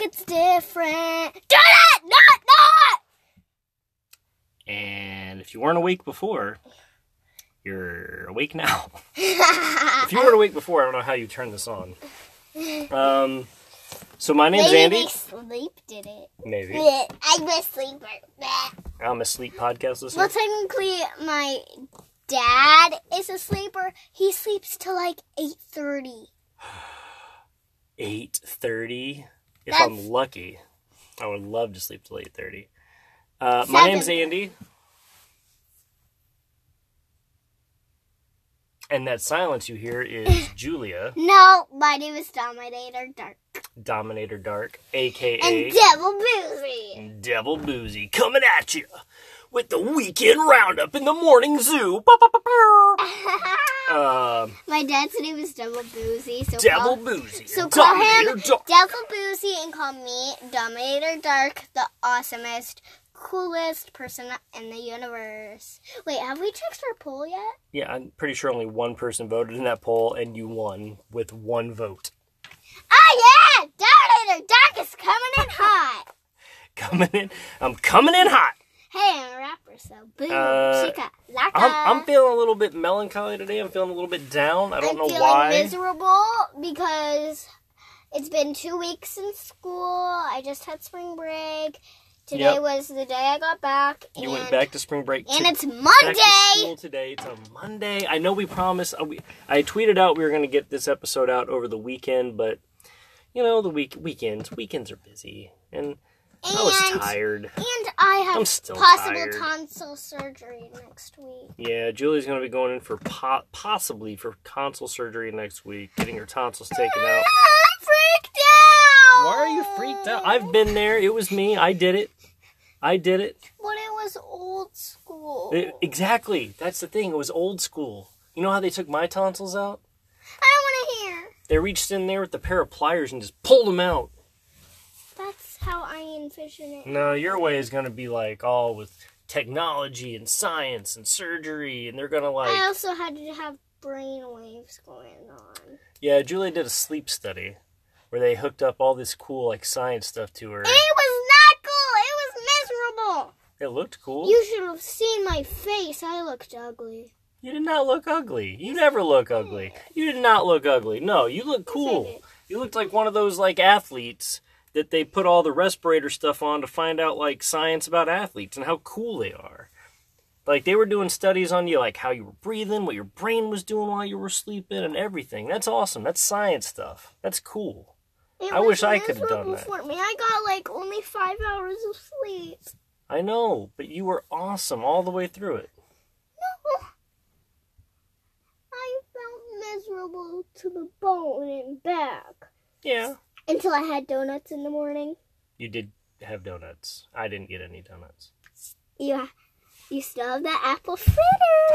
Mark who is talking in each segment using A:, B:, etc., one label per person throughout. A: it's different. Do it! Not, not!
B: And if you weren't awake before, you're awake now. if you weren't awake before, I don't know how you turned this on. Um, so my name's
A: Maybe
B: Andy.
A: they sleep did it.
B: Maybe
A: Bleh, I'm a sleeper. Bleh.
B: I'm a sleep podcast
A: Well,
B: listener.
A: technically, my dad is a sleeper. He sleeps till like eight thirty.
B: Eight thirty, if
A: That's-
B: I'm lucky. I would love to sleep till eight thirty. Uh, my
A: Seven.
B: name's Andy. And that silence you hear is Julia,
A: No, my name is Dominator Dark
B: Dominator Dark, aka
A: and Devil Boozy.
B: Devil Boozy coming at you with the weekend roundup in the morning zoo. Ba, ba, ba, ba. Um,
A: my dad's name is Devil Boozy. So
B: Devil
A: call,
B: Boozy.
A: Uh, so
B: and
A: call
B: Dominator
A: him
B: Dark.
A: Devil Boozy and call me Dominator Dark, the awesomest, coolest person in the universe. Wait, have we checked our poll yet?
B: Yeah, I'm pretty sure only one person voted in that poll, and you won with one vote.
A: Oh yeah, Dominator Dark is coming in hot.
B: Coming in, I'm coming in hot.
A: Hey, I'm a rapper, so boom,
B: Uh,
A: chica, laka.
B: I'm, I'm feeling a little bit melancholy today. I'm feeling a little bit down. I
A: Uh,
B: don't
A: I'm
B: know
A: feeling
B: why.
A: miserable because it's been two weeks since school. I just had spring break. Today
B: Yep.
A: was the day I got back. And,
B: You went back to spring break.
A: And
B: to-
A: it's
B: back to school
A: Monday.
B: today. It's a Monday. I know we promised. uh, we- I tweeted out we were going to get this episode out over the weekend, but you know the week weekends weekends are busy, and I was
A: And,
B: tired.
A: and I
B: I'm
A: have
B: still
A: possible
B: tired.
A: tonsil surgery next week.
B: Yeah, Julie's going to be going in for po- possibly for tonsil surgery next week, getting her tonsils taken
A: I'm
B: out.
A: Ah, freaked out.
B: Why are you freaked out? I've been there. It was me. I did it. I did it.
A: But it was old school.
B: It- exactly. That's the thing. It was old school. You know how they took my tonsils out?
A: I don't want to hear.
B: They reached in there with a pair of pliers and just pulled them out.
A: That's how I envision it.
B: No, your way is going to be like all with technology and science and surgery, and they're going to
A: I
B: like.
A: also had to have brain waves going on.
B: Yeah, Julia did a sleep study where they hooked up all this cool like science stuff to her.
A: It was not cool. It was miserable.
B: It looked cool.
A: You should have seen my face. I looked ugly.
B: You did not look ugly. You never look ugly. You did not look ugly. No, you look cool.
A: did.
B: You looked like one of those like athletes that they put all the respirator stuff on to find out like science about athletes and how cool they are. Like they were doing studies on you, like how you were breathing, what your brain was doing while you were sleeping, and everything. That's awesome. That's science stuff. That's cool.
A: It
B: I
A: was
B: wish I could've done
A: miserable
B: that.
A: For me, I got like only five hours of sleep.
B: I know, but you were awesome all the way through it.
A: No. I felt miserable to the bone and back
B: Yeah.
A: until I had donuts in the morning.
B: You did have donuts. I didn't get any donuts.
A: You, you still have that apple fritter.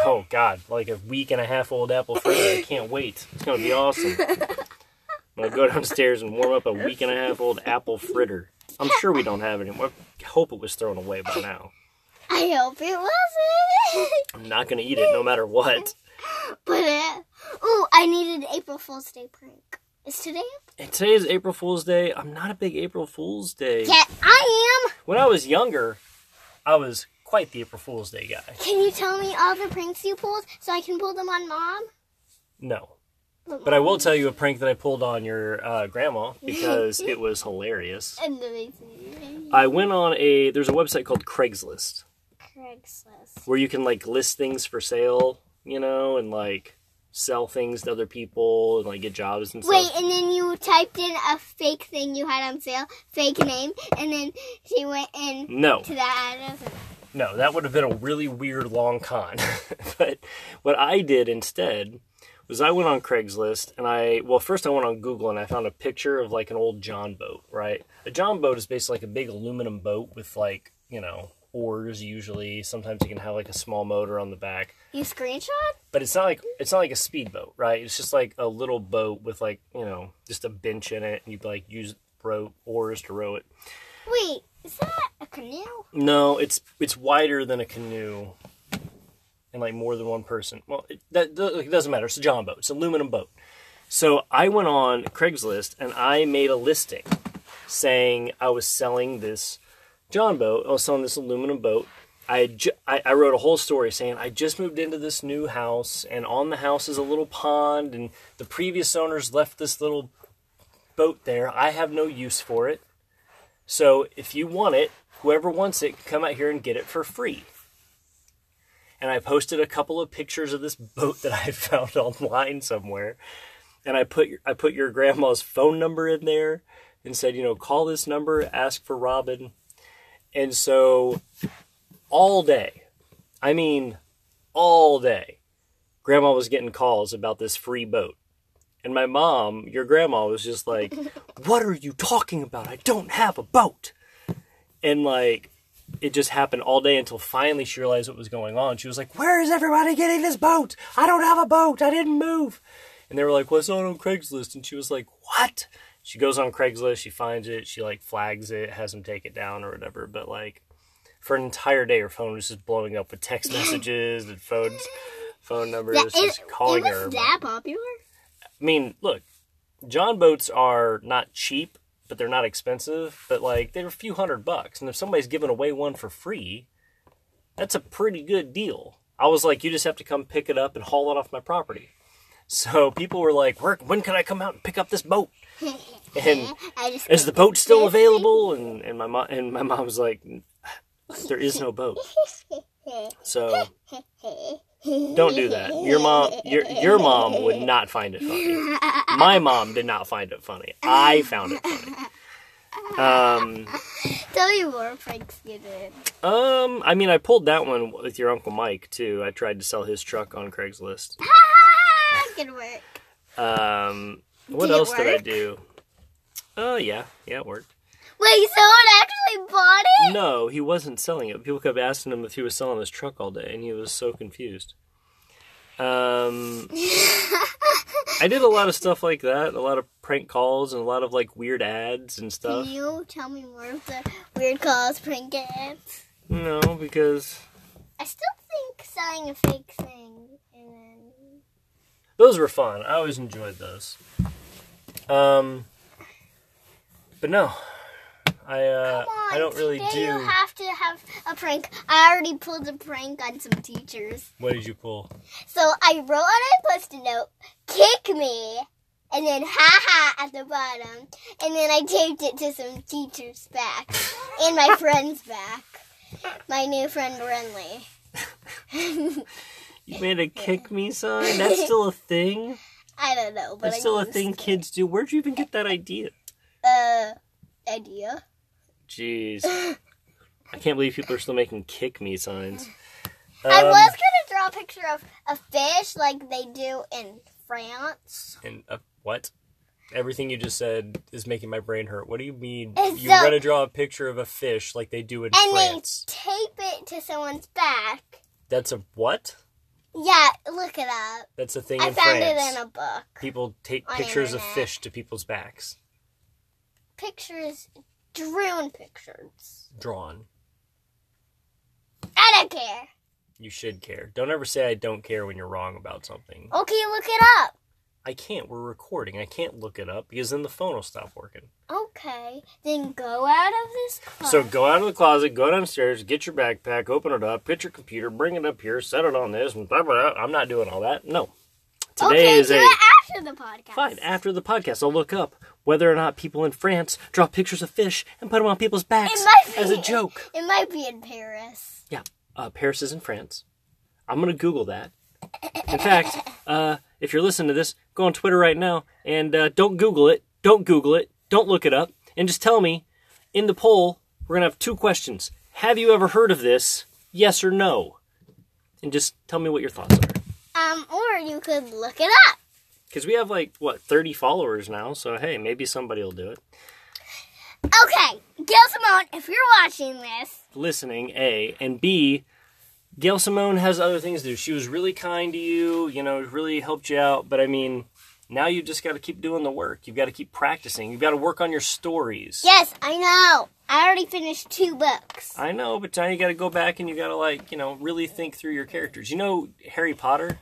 B: Oh God, like a week and a half old apple fritter. I can't wait. It's gonna be awesome. I'm gonna go downstairs and warm up a week and a half old apple fritter. I'm sure we don't have it anymore. I hope it was thrown away by now.
A: I hope it wasn't.
B: I'm not gonna eat it no matter what.
A: But uh, oh, I needed an April Fool's Day prank. Is today?
B: And today is April Fool's Day. I'm not a big April Fool's Day.
A: Yeah, I am.
B: When I was younger, I was quite the April Fool's Day guy.
A: Can you tell me all the pranks you pulled so I can pull them on mom?
B: No. But I will tell you a prank that I pulled on your uh, grandma because it was hilarious.
A: Amazing.
B: I went on a there's a website called Craigslist.
A: Craigslist.
B: where you can like list things for sale, you know, and like sell things to other people and like get jobs and
A: Wait,
B: stuff.
A: and then you typed in a fake thing you had on sale, fake name, and then she went in
B: No,
A: to that address. and-
B: no, that would have been a really weird long con. but what I did instead was I went on Craigslist and I well first I went on Google and I found a picture of like an old John boat, right? A John boat is basically like a big aluminum boat with like, you know, oars usually. Sometimes you can have like a small motor on the back.
A: You screenshot?
B: but it's not like it's not like a speedboat, right? It's just like a little boat with like you know just a bench in it, and you like use row oars to row it.
A: Wait, is that a canoe?
B: No, it's it's wider than a canoe, and like more than one person. Well, it, that that- it doesn't matter. It's a John boat. It's an aluminum boat. So I went on Craigslist and I made a listing saying I was selling this John boat. I was selling this aluminum boat. I, had ju- I I wrote a whole story saying I just moved into this new house, and on the house is a little pond, and the previous owners left this little boat there. I have no use for it. So if you want it, whoever wants it can come out here and get it for free. And I posted a couple of pictures of this boat that I found online somewhere. And I put your, I put your grandma's phone number in there and said, you know, call this number, ask for Robin. And so all day, I mean all day, grandma was getting calls about this free boat. And my mom, your grandma, was just like, What are you talking about? I don't have a boat. And like, it just happened all day until finally she realized what was going on. She was like, Where is everybody getting this boat? I don't have a boat. I didn't move. And they were like, What's on on Craigslist? And she was like, What? She goes on Craigslist, she finds it, she like flags it, has them take it down or whatever. But like, for an entire day, her phone was just blowing up with text messages and phones, phone numbers,
A: That, it,
B: just calling
A: it
B: her.
A: was that popular?
B: I mean, look, John boats are not cheap, but they're not expensive. But like, they're a few hundred bucks, and if somebody's giving away one for free, that's a pretty good deal. I was like, you just have to come pick it up and haul it off my property. So people were like, Where, when can I come out and pick up this boat? And
A: I just
B: is the boat still available? And and my mom and my mom was like, there is no boat. So don't do that. Your mom, your your mom would not find it funny. My mom did not find it funny. I found it funny. Um,
A: tell me more pranks you did.
B: um, I mean, I pulled that one with your uncle Mike too. I tried to sell his truck on Craigslist.
A: Ah, good work.
B: Um, what
A: Did it
B: else did I
A: work?
B: do? Oh yeah, yeah, it worked.
A: Wait, someone actually bought it?
B: No, he wasn't selling it. People kept asking him if he was selling his truck all day, and he was so confused. Um, I did a lot of stuff like that, a lot of prank calls, and a lot of like weird ads and
A: Can
B: stuff.
A: you tell me more of the weird calls prank ads?
B: No, because
A: I still think selling a fake thing and then
B: those were fun. I always enjoyed those. Um, but no, I uh,
A: Come on,
B: I don't really
A: today
B: do.
A: You have to have a prank. I already pulled a prank on some teachers.
B: What did you pull?
A: So I wrote on a post-it note, "Kick me," and then "ha ha" at the bottom, and then I taped it to some teachers' back and my friend's back. My new friend Renly.
B: You made a kick me sign. That's still a thing.
A: I don't know, but
B: That's
A: I
B: still a
A: used
B: thing
A: it.
B: kids do. Where'd you even get that idea?
A: Uh, idea.
B: Jeez. I can't believe people are still making kick me signs.
A: I
B: Um,
A: was gonna draw a picture of a fish like they do in France.
B: And uh, what? Everything you just said is making my brain hurt. What do you mean?
A: It's
B: You're
A: so-
B: going to draw a picture of a fish like they do in
A: And
B: France.
A: they tape it to someone's back.
B: That's a what?
A: Yeah, look it up.
B: That's a thing
A: I
B: in
A: found
B: France.
A: it in a book.
B: People take
A: on
B: pictures of
A: internet.
B: fish to people's backs,
A: Pictures, drone pictures.
B: drawn.
A: I don't care.
B: You should care. Don't ever say I don't care when you're wrong about something.
A: Okay, look it up.
B: I can't. We're recording. I can't look it up because then the phone will stop working.
A: Okay, then go out of this car.
B: So go out of the closet, go downstairs, get your backpack, open it up, get your computer, bring it up here, set it on this, and blah, blah, blah. I'm not doing all that. No. Today
A: okay,
B: is
A: do
B: a
A: it after the podcast.
B: fine. After the podcast, I'll look up whether or not people in France draw pictures of fish and put them on people's backs
A: It might be-
B: as a joke.
A: It might be in Paris.
B: Yeah, uh, Paris is in France. I'm gonna Google that. In fact, uh, if you're listening to this, go on Twitter right now and uh, don't Google it. Don't Google it. Don't look it up. And just tell me in the poll. We're gonna have two questions. Have you ever heard of this? Yes or no. And just tell me what your thoughts are.
A: Um, or you could look it up.
B: Because we have like what 30 followers now. So hey, maybe somebody will do it.
A: Okay, Gail Simone, if you're watching this,
B: listening, A, and B, Gail Simone has other things to do. She was really kind to you, you know, really helped you out, but I mean, now you just got to keep doing the work. You've got to keep practicing. You've got to work on your stories.
A: yes, I know. I already finished two books.
B: I know, but now you got to go back and you got to like, you know, really think through your characters. You know Harry Potter?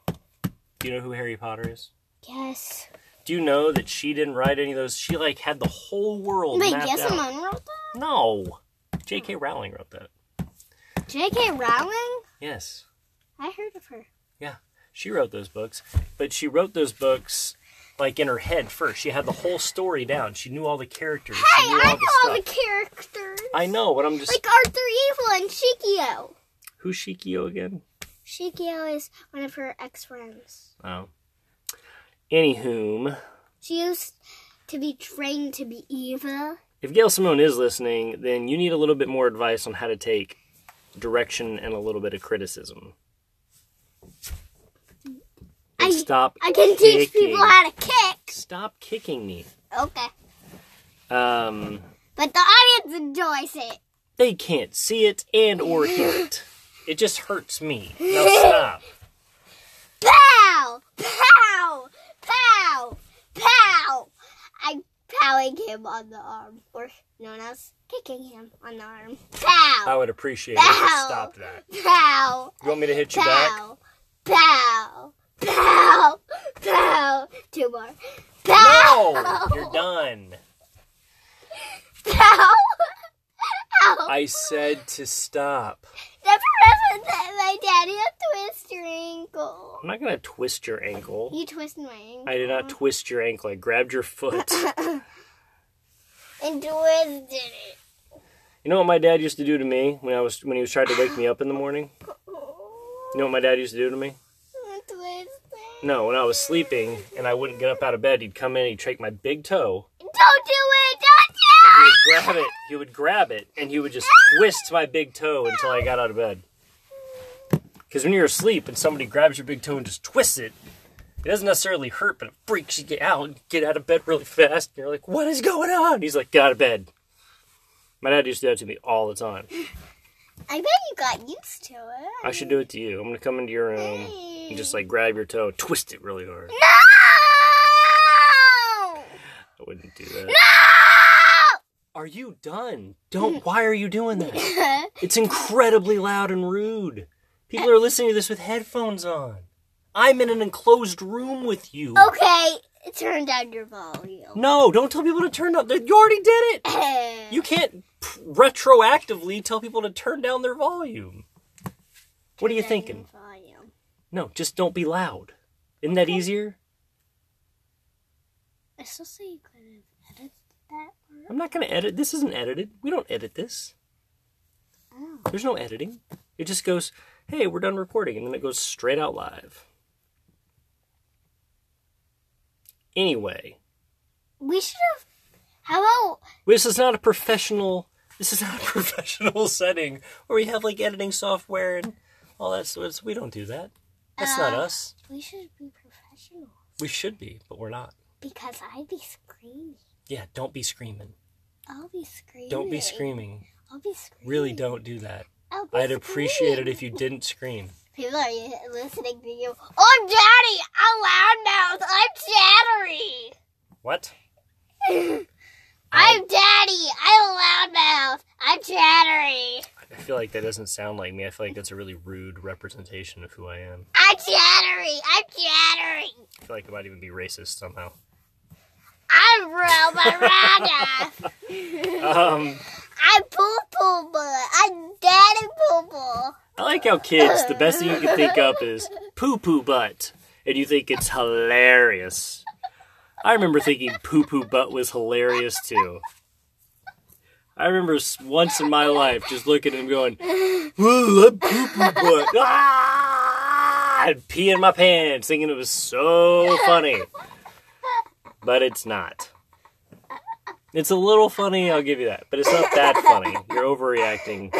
B: Do you know who Harry Potter is?
A: Yes.
B: Do you know that she didn't write any of those? She like had the whole world
A: Wait,
B: mapped
A: Yes
B: out.
A: and Mom wrote that?
B: No, J.K. Rowling wrote that.
A: J.K. Rowling?
B: Yes,
A: I heard of her.
B: she wrote those books, but she wrote those books like in her head first. She had the whole story down. She knew all the characters. she
A: Hey,
B: knew
A: I
B: all
A: know
B: the
A: all the
B: stuff.
A: characters.
B: I know what I'm just.
A: Like Arthur Evil and Shikio.
B: Who's Shikio again?
A: Shikio is one of her ex friends.
B: Oh. Anywhom,
A: She used to be trained to be evil.
B: if Gail Simone is listening, then you need a little bit more advice on how to take direction and a little bit of criticism. And
A: I-
B: stop.
A: I can teach people
B: kicking.
A: how to kick.
B: Stop kicking me.
A: Okay.
B: Um,
A: But the audience enjoys it.
B: they can't see it and or hear it. It just hurts me. Now stop.
A: Pow! Pow! Pow! Pow! I'm powing him on the arm. Or known as kicking him on the arm.
B: I
A: Pow!
B: would appreciate it if you
A: Ow.
B: stopped that.
A: Pow!
B: You want me to hit you back?
A: Pow! Pow! Pow! Pow! Two more.
B: No!
A: Pow!
B: You're done.
A: Pow! Ow!
B: I said to stop.
A: Never ever let my daddy twist your ankle.
B: I'm not gonna twist your ankle.
A: You twisted my ankle.
B: I did not twist your ankle. I grabbed your foot.
A: And twisted it.
B: you know what my dad used to do to me when I was when he was trying to wake me up in the morning? You know what my dad used to do to me?
A: Twisted.
B: No, when I was sleeping and I wouldn't get up out of bed, he'd come in, he'd shake my big toe,
A: Don't do it!
B: and
A: Don't
B: he would grab it. He would grab it and he would just twist my big toe until I got out of bed. Because when you're asleep and somebody grabs your big toe and just twists it, it doesn't necessarily hurt, but it freaks you out. You get out of bed really fast, and you're like, "What is going on?" He's like, "Get out of bed." My dad used to do that to me all the time.
A: do it! I bet you got used to it.
B: I should do it to you. I'm gonna come into your room and just like grab your toe, twist it really hard.
A: No!
B: I wouldn't do that. Are you done? Don't. Why are you doing that? It's incredibly loud and rude. People are listening to this with headphones on. I'm in an enclosed room with you.
A: okay, turn down your volume.
B: No, don't tell people to turn up. You already did it. You can't p- retroactively tell people to turn down their volume. What are you thinking?
A: Volume.
B: No, just don't be loud. Isn't that easier?
A: I still say you could have edited that part.
B: I'm not going to edit. This isn't edited. We don't edit this.
A: Oh.
B: There's no editing. It just goes, hey, we're done recording, and then it goes straight out live. Anyway,
A: We should have. How about
B: this is not a professional. This is not a professional setting where we have like editing software and all that. So it's, we don't do that. That's not
A: Uh.
B: us.
A: we should be professional?
B: We should be, but we're not.
A: Because I'd be screaming.
B: Yeah, don't be screaming.
A: I'll be screaming.
B: Don't be screaming.
A: I'll be screaming.
B: Really, don't do that.
A: I'll be
B: I'd appreciate it
A: screaming.
B: if you didn't scream.
A: People are listening to you. I'm Daddy. I'm loudmouth. I'm chattery.
B: What?
A: I'm Daddy. I'm loudmouth. I'm chattery.
B: I feel like that doesn't sound like me. I feel like that's a really rude representation of who I am.
A: I'm chattery. I'm chattery.
B: I feel like it might even be racist somehow.
A: I'm Roma Rana.
B: Um,
A: I'm Poo Poo Bull. I'm Daddy Poo Poo.
B: I like how kids, the best thing you can think up is poo poo butt, and you think it's hilarious. I remember thinking poo poo butt was hilarious too. I remember s- once in my life just looking at him going, Ooh, I'm poo poo butt. Ah! And peeing my pants, thinking it was so funny. But it's not. It's a little funny, I'll give you that. But it's not that funny. You're overreacting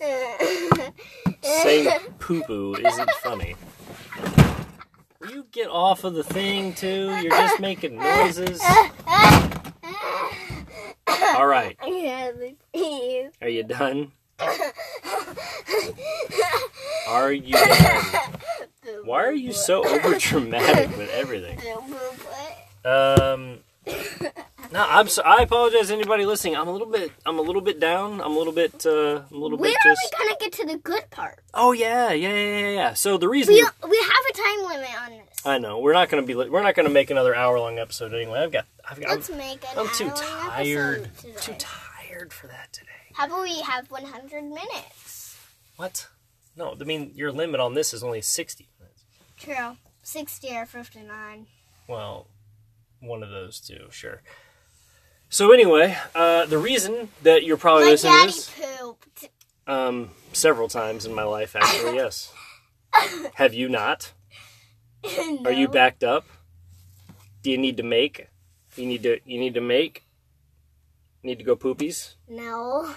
B: saying poo poo isn't funny. Will you get off of the thing too? You're just making noises. All right,
A: Yeah, you.
B: are you done? Are you done? Why are you so over dramatic with everything?
A: Poo Poo Butt.
B: Um, no, I'm. So, I apologize, to anybody listening. I'm a little bit. I'm a little bit down. I'm a little bit. Uh, I'm a little
A: When
B: bit
A: are
B: just.
A: we gonna get to the good part?
B: Oh yeah, yeah, yeah, yeah, yeah. So the reason.
A: We
B: you're-
A: we have a time limit on this.
B: I know we're not gonna be we're not gonna make another hour long episode anyway. I've got I've got I'm,
A: Let's make an
B: I'm too
A: hour-long
B: tired
A: episode
B: too
A: today.
B: tired for that today.
A: How about we have 100 minutes?
B: What? No, I mean your limit on this is only sixty minutes.
A: True. 60 or 59.
B: Well, one of those two, sure. So anyway, uh, the reason that you're probably
A: My
B: listening Oh, to
A: daddy
B: this
A: pooped.
B: um, several times in my life, actually, yes. Have you not? Are you
A: No.
B: backed up? Do you need to make? You need to you need to make? Need to go poopies?
A: No.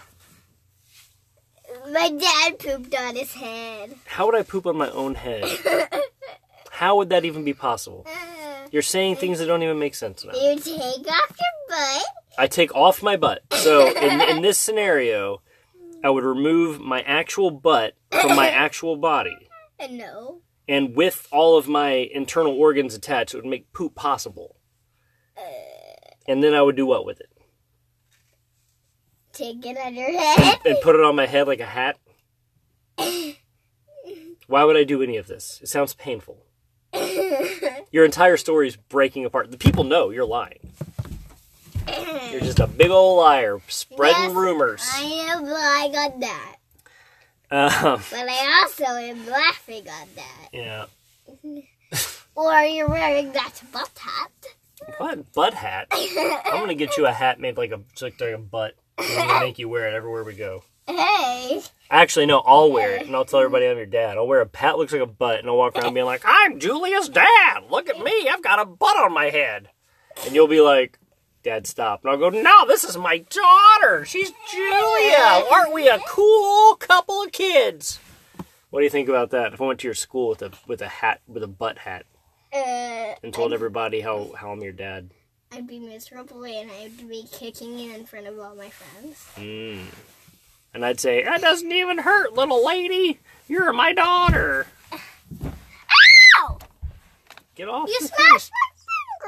A: My dad pooped on his head.
B: How would I poop on my own head? How would that even be possible?
A: Uh,
B: You're saying things that don't even make sense now.
A: you take off your butt.
B: I take off my butt. So in, in this scenario, I would remove my actual butt from my actual body.
A: Uh, No.
B: And with all of my internal organs attached, it would make poop possible. And then I would do what with it?
A: Take it on your head.
B: And put it on my head like a hat? Why would I do any of this? It sounds painful. Your entire story is breaking apart. The people know you're lying. You're just a big old liar, spreading
A: Yes,
B: rumors.
A: I am lying on that.
B: Um,
A: But I also am laughing on that.
B: yeah.
A: Or you're wearing that butt hat.
B: What butt hat? I'm gonna get you a hat made like a like a butt. And I'm gonna make you wear it everywhere we go.
A: Hey.
B: Actually, no, I'll wear it and I'll tell everybody I'm your dad. I'll wear a hat that looks like a butt and I'll walk around being like, "I'm Julia's dad. Look at me. I've got a butt on my head." And you'll be like, "Dad, stop!" And I'll go, "No, this is my daughter. She's Julia. Aren't we a cool couple of kids?" What do you think about that? If I went to your school with a with a hat with a butt hat
A: Uh,
B: and told everybody how how I'm your dad.
A: I'd be miserable and I'd be kicking it in front of all my friends.
B: Mm. And I'd say, That doesn't even hurt, little lady. You're my daughter.
A: Ow!
B: Get off.
A: Oh, You
B: the
A: smashed
B: thing.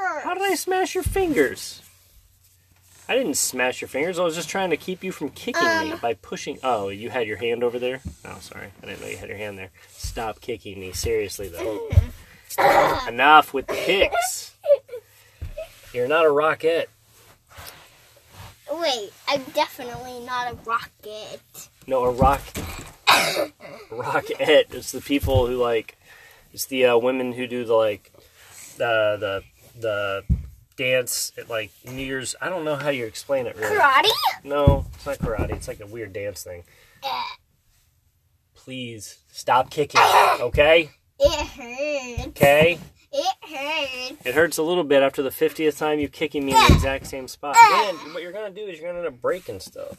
A: my
B: How
A: finger!
B: did I smash your fingers? I didn't smash your fingers. I was just trying to keep you from kicking me by pushing. Oh, you had your hand over there? Oh, sorry. I didn't know you had your hand there. Stop kicking me. Seriously, though. Enough with the kicks. You're not a rocket.
A: Wait, I'm definitely not a rocket.
B: No, a rock. rockette. It's the people who like. It's the uh, women who do the like, the the the dance at like New Year's. I don't know how you explain it really.
A: Karate?
B: No, it's not karate. It's like a weird dance thing. Please stop kicking. Okay,
A: It hurts.
B: okay.
A: It hurts.
B: It hurts a little bit after the fiftieth time you kicking me in the exact same spot. Man, what you're gonna do is you're gonna end up breaking stuff.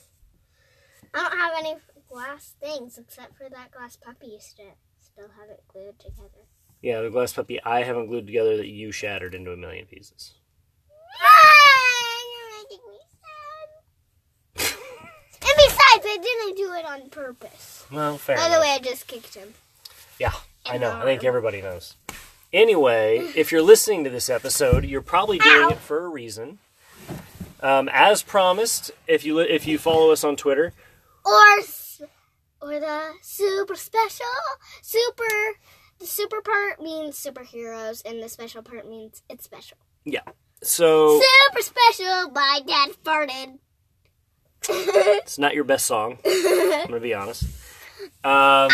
A: I don't have any glass things except for that glass puppy you still still have it glued together.
B: Yeah, the glass puppy I haven't glued together that you shattered into a million pieces.
A: Ah, you're making me sad. and besides, I didn't do it on purpose.
B: Well, fair.
A: By
B: enough.
A: the way, I just kicked him.
B: Yeah, I know. I think
A: Enormous.
B: everybody knows. Anyway, if you're listening to this episode, you're probably doing it for a reason. Um, as promised, if you li- if you follow us on Twitter,
A: Or s- or the super special super the super part means superheroes and the special part means it's special.
B: yeah. So
A: Super special by Dad farted.
B: it's not your best song. I'm gonna be honest. Um,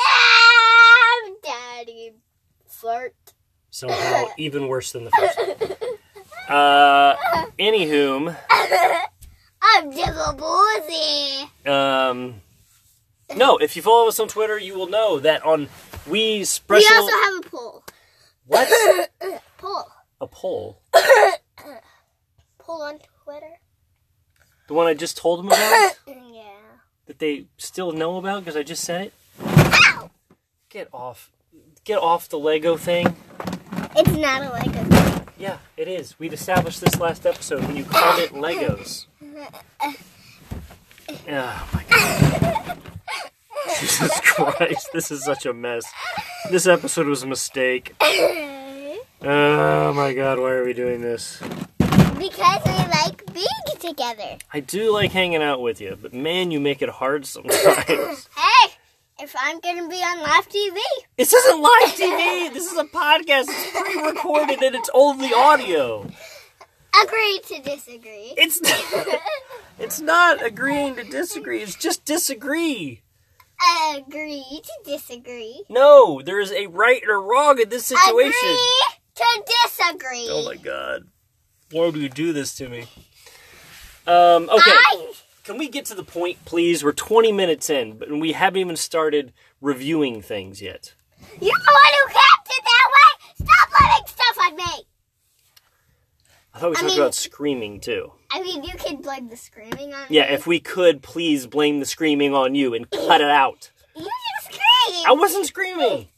A: I am Daddy Fart.
B: somehow even worse than the first. One. Uh, anywhom,
A: I'm Jibble Boozy.
B: um, no. If you follow us on Twitter, you will know that on we
A: We
B: special
A: also have a poll.
B: what
A: Poll.
B: a poll.
A: Poll on Twitter.
B: The one I just told them about.
A: Yeah.
B: that they still know about because I just said it?
A: Ow!
B: Get off. Get off the Lego thing.
A: It's not a Lego thing.
B: Yeah, it is. We'd established this last episode when you called it Legos. Oh my god. Jesus Christ, this is such a mess. This episode was a mistake. Oh my god, why are we doing this?
A: because we like being together.
B: I do like hanging out with you, but man, you make it hard sometimes.
A: Hey! if I'm gonna be on live TV.
B: This isn't live TV. This is a podcast. It's pre-recorded and it's only audio.
A: Agree to disagree.
B: It's it's not agreeing to disagree. It's just disagree.
A: Agree to disagree.
B: No, there is a right and a wrong in this situation.
A: Agree to disagree.
B: Oh my god. Why do you do this to me? Um, okay.
A: I,
B: Can we get to the point, please? We're 20 minutes in, but we haven't even started reviewing things yet.
A: you're the one who kept it that way. Stop letting stuff on me.
B: I thought we
A: I
B: talked
A: mean-
B: about screaming too.
A: I mean, you can blame the screaming on
B: Yeah,
A: me.
B: if we could please blame the screaming on you and cut it out.
A: you just screamed.
B: I wasn't screaming.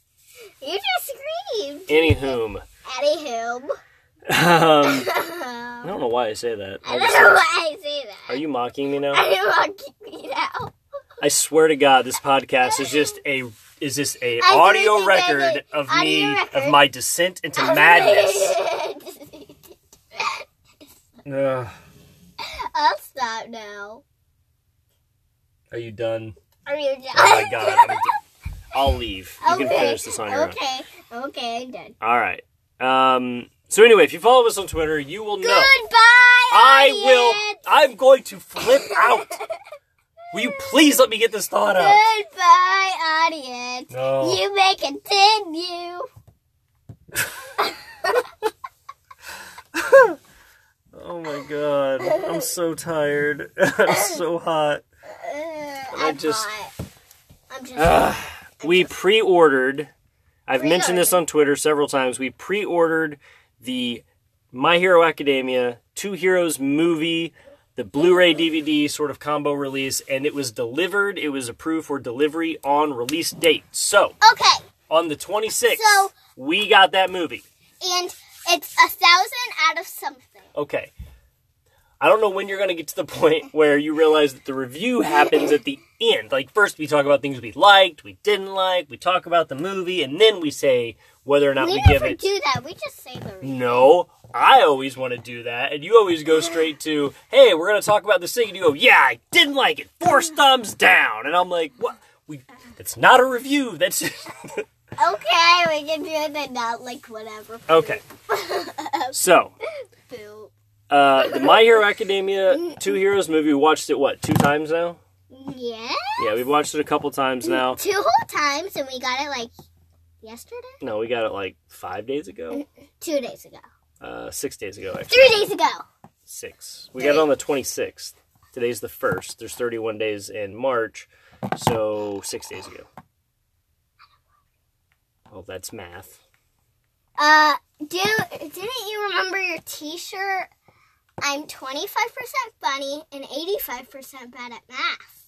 A: you just screamed.
B: Anywho, um,
A: Anywho,
B: I
A: I
B: don't know why I say that. I
A: don't
B: just-
A: know why I say that.
B: Are you mocking me now?
A: I don't want to keep me out.
B: I swear to God, this podcast is just a is just a
A: I
B: audio
A: really think I
B: record
A: did.
B: of
A: Audio
B: me
A: record.
B: of my descent into madness. Ugh.
A: I'll stop now.
B: Are you done?
A: Are you done?
B: Oh my God, I'm d- I'll leave. You can finish this on your own.
A: Okay. Okay, I'm done.
B: All right. Um, so anyway, if you follow us on Twitter, you will know.
A: Goodbye.
B: I will.
A: audience.
B: I'm going to flip out. will you please let me get this thought out?
A: Goodbye, audience.
B: No.
A: You may continue.
B: Oh my god, I'm so tired. I'm so hot.
A: Uh,
B: I
A: I'm
B: just- Ah.
A: hot. I'm just.
B: Ugh. we pre-ordered. I've
A: Pre-ordered.
B: mentioned this on Twitter several times. We pre-ordered the My Hero Academia Two Heroes movie, the Blu-ray DVD sort of combo release, and it was delivered. It was approved for delivery on release date. So
A: okay.
B: on the 26th,
A: So-
B: we got that movie.
A: And it's a thousand out of something.
B: Okay. I don't know when you're going to get to the point where you realize that the review happens at the end. Like, first we talk about things we liked, we didn't like, we talk about the movie, and then we say whether or not we,
A: We
B: give
A: never
B: it.
A: do that. We just say the reason.
B: No, I always want to do that, and you always go straight to, hey, we're going to talk about this thing, and you go, yeah, I didn't like it. Four thumbs down. And I'm like, what? We, it's not a review. That's just.
A: Okay, we can do it, but not like whatever.
B: okay. So,
A: Boo.
B: uh, the My Hero Academia Two Heroes movie, we watched it, what, two times now?
A: Yeah.
B: Yeah, we've watched it a couple times now.
A: Two whole times, and we got it like yesterday,
B: No, we got it like five days ago,
A: two days ago,
B: uh, six days ago, actually.
A: three days ago.
B: Six. We got it on the 26th. Today's the first. There's 31 days in March, so six days ago. Well, that's math.
A: Uh, do didn't you remember your T-shirt? I'm 25% funny and 85% bad at math.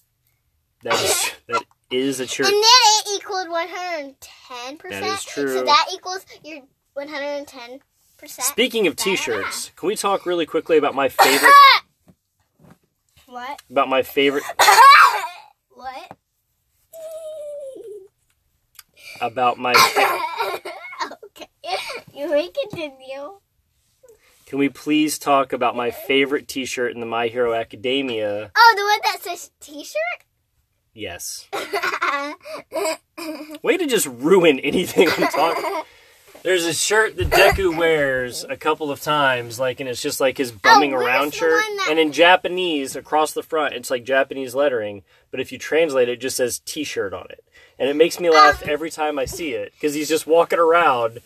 B: That is, that is a church.
A: And then it equaled 110%.
B: That is
A: So
B: true.
A: that equals your 110%.
B: Speaking of t-shirts, can we talk really quickly about my favorite
A: What?
B: about my favorite
A: what?
B: about my
A: okay. You may continue.
B: Can we please talk about my favorite t-shirt in the My Hero Academia?
A: Oh, the one that says T-shirt.
B: Yes.
A: I
B: Way to just ruin anything I'm talking. There's a shirt that Deku wears a couple of times, like, and it's just like his bumming
A: Oh, where's
B: around
A: the
B: shirt.
A: one that-
B: And in Japanese, across the front, it's like Japanese lettering, but if you translate it, it just says T-shirt on it, and it makes me laugh
A: Um.
B: every time I see it because he's just walking around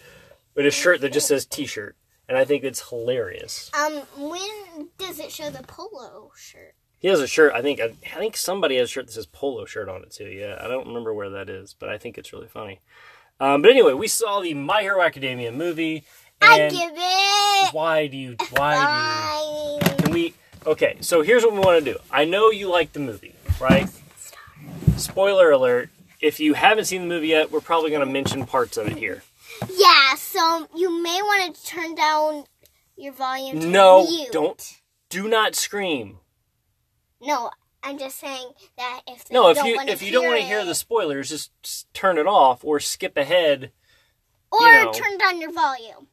B: with a shirt that just says T-shirt, and I think it's hilarious.
A: um, when does it show the polo shirt?
B: He has a shirt. I think I think somebody has a shirt that says polo shirt on it too. Yeah, I don't remember where that is, but I think it's really funny. Um, but anyway, we saw the My Hero Academia movie.
A: I
B: And
A: give it
B: why do you? Why
A: five.
B: do you? Can we? Okay, so here's what we want to do. I know you like the movie, right? Spoiler alert: If you haven't seen the movie yet, we're probably going to mention parts of it here.
A: Yeah, so you may want to turn down your volume. To
B: No,
A: mute.
B: don't. Do not scream.
A: No, I'm just saying that if
B: No, if
A: don't
B: you
A: wanna
B: if you don't want to hear
A: it,
B: the spoilers, just s- turn it off or skip ahead
A: or
B: know.
A: turn down your volume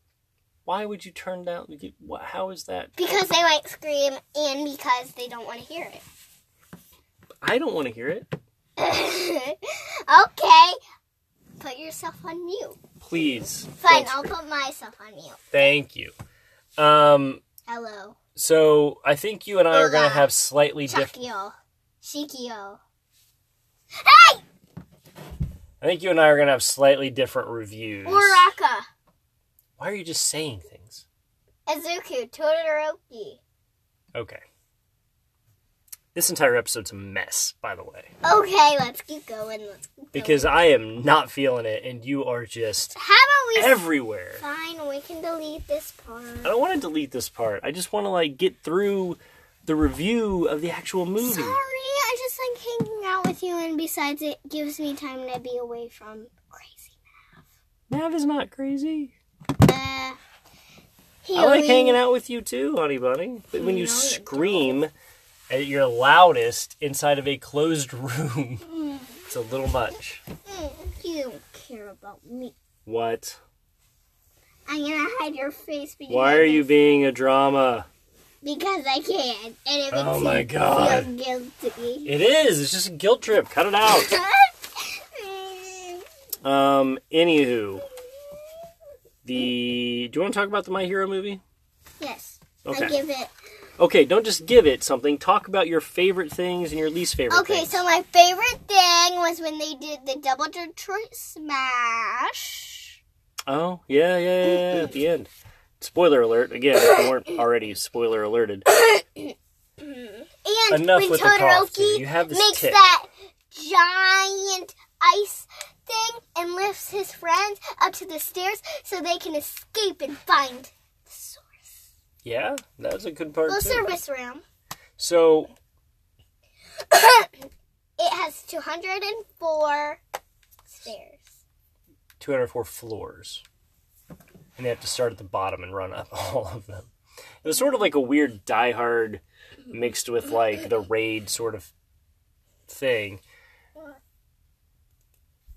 B: why would you turn down you- wha- how is that
A: because they might scream and because they don't want to hear it.
B: i don't want to hear it
A: okay. Put yourself on mute.
B: Please.
A: Fine,
B: don't
A: I'll
B: scream.
A: put myself on mute.
B: Thank you. Um,
A: Hello.
B: so I think you and I are going
A: Hola.
B: to have slightly different.
A: Chakio. Shikio.
B: I think you and I are going to have slightly different reviews.
A: Uraka.
B: Why are you just saying things?
A: Azuku. Todoroki.
B: Okay. This entire episode's a mess, by the way,
A: Okay, let's keep going. Let's keep
B: because I am not feeling it, and you are just
A: going. how about we
B: everywhere.
A: Fine, we can delete this
B: I
A: part.
B: don't want to delete this part. I just want to like get through the review of the actual movie.
A: Sorry, I just like hanging out with you and besides it gives me time to be away from crazy.
B: Nav is not crazy.
A: Uh he
B: I like
A: only-
B: hanging out with you too, honey bunny. But when you
A: No, you
B: scream at your loudest inside of a closed room, it's a little much.
A: Mm, you don't care about me.
B: What?
A: I'm gonna hide your face because
B: Why are you being a drama?
A: because I can and it makes
B: Oh
A: you
B: my God.
A: feel guilty.
B: It is. It's just a guilt trip. Cut it out.
A: Mm,
B: Um. Anywho, the do you want to talk about the My Hero movie?
A: yes. I
B: Okay.
A: give it
B: Okay. Don't just give it something. Talk about your favorite things and your least favorite.
A: Okay,
B: things.
A: so my favorite thing was when they did the double Detroit smash.
B: Oh yeah, yeah, yeah. yeah, at the end. Spoiler alert again. If you weren't already spoiler alerted.
A: And
B: Enough
A: when
B: with the cough, dude.
A: Todoroki
B: You have this
A: makes
B: tick.
A: that giant ice thing and lifts his friends up to the stairs so they can escape and find the source.
B: Yeah, that was a good part
A: Well,
B: too.
A: service room.
B: So
A: It has 204 stairs.
B: 204 floors, and they have to start at the bottom and run up all of them. It was sort of like a weird Die Hard mixed with like the Raid sort of thing,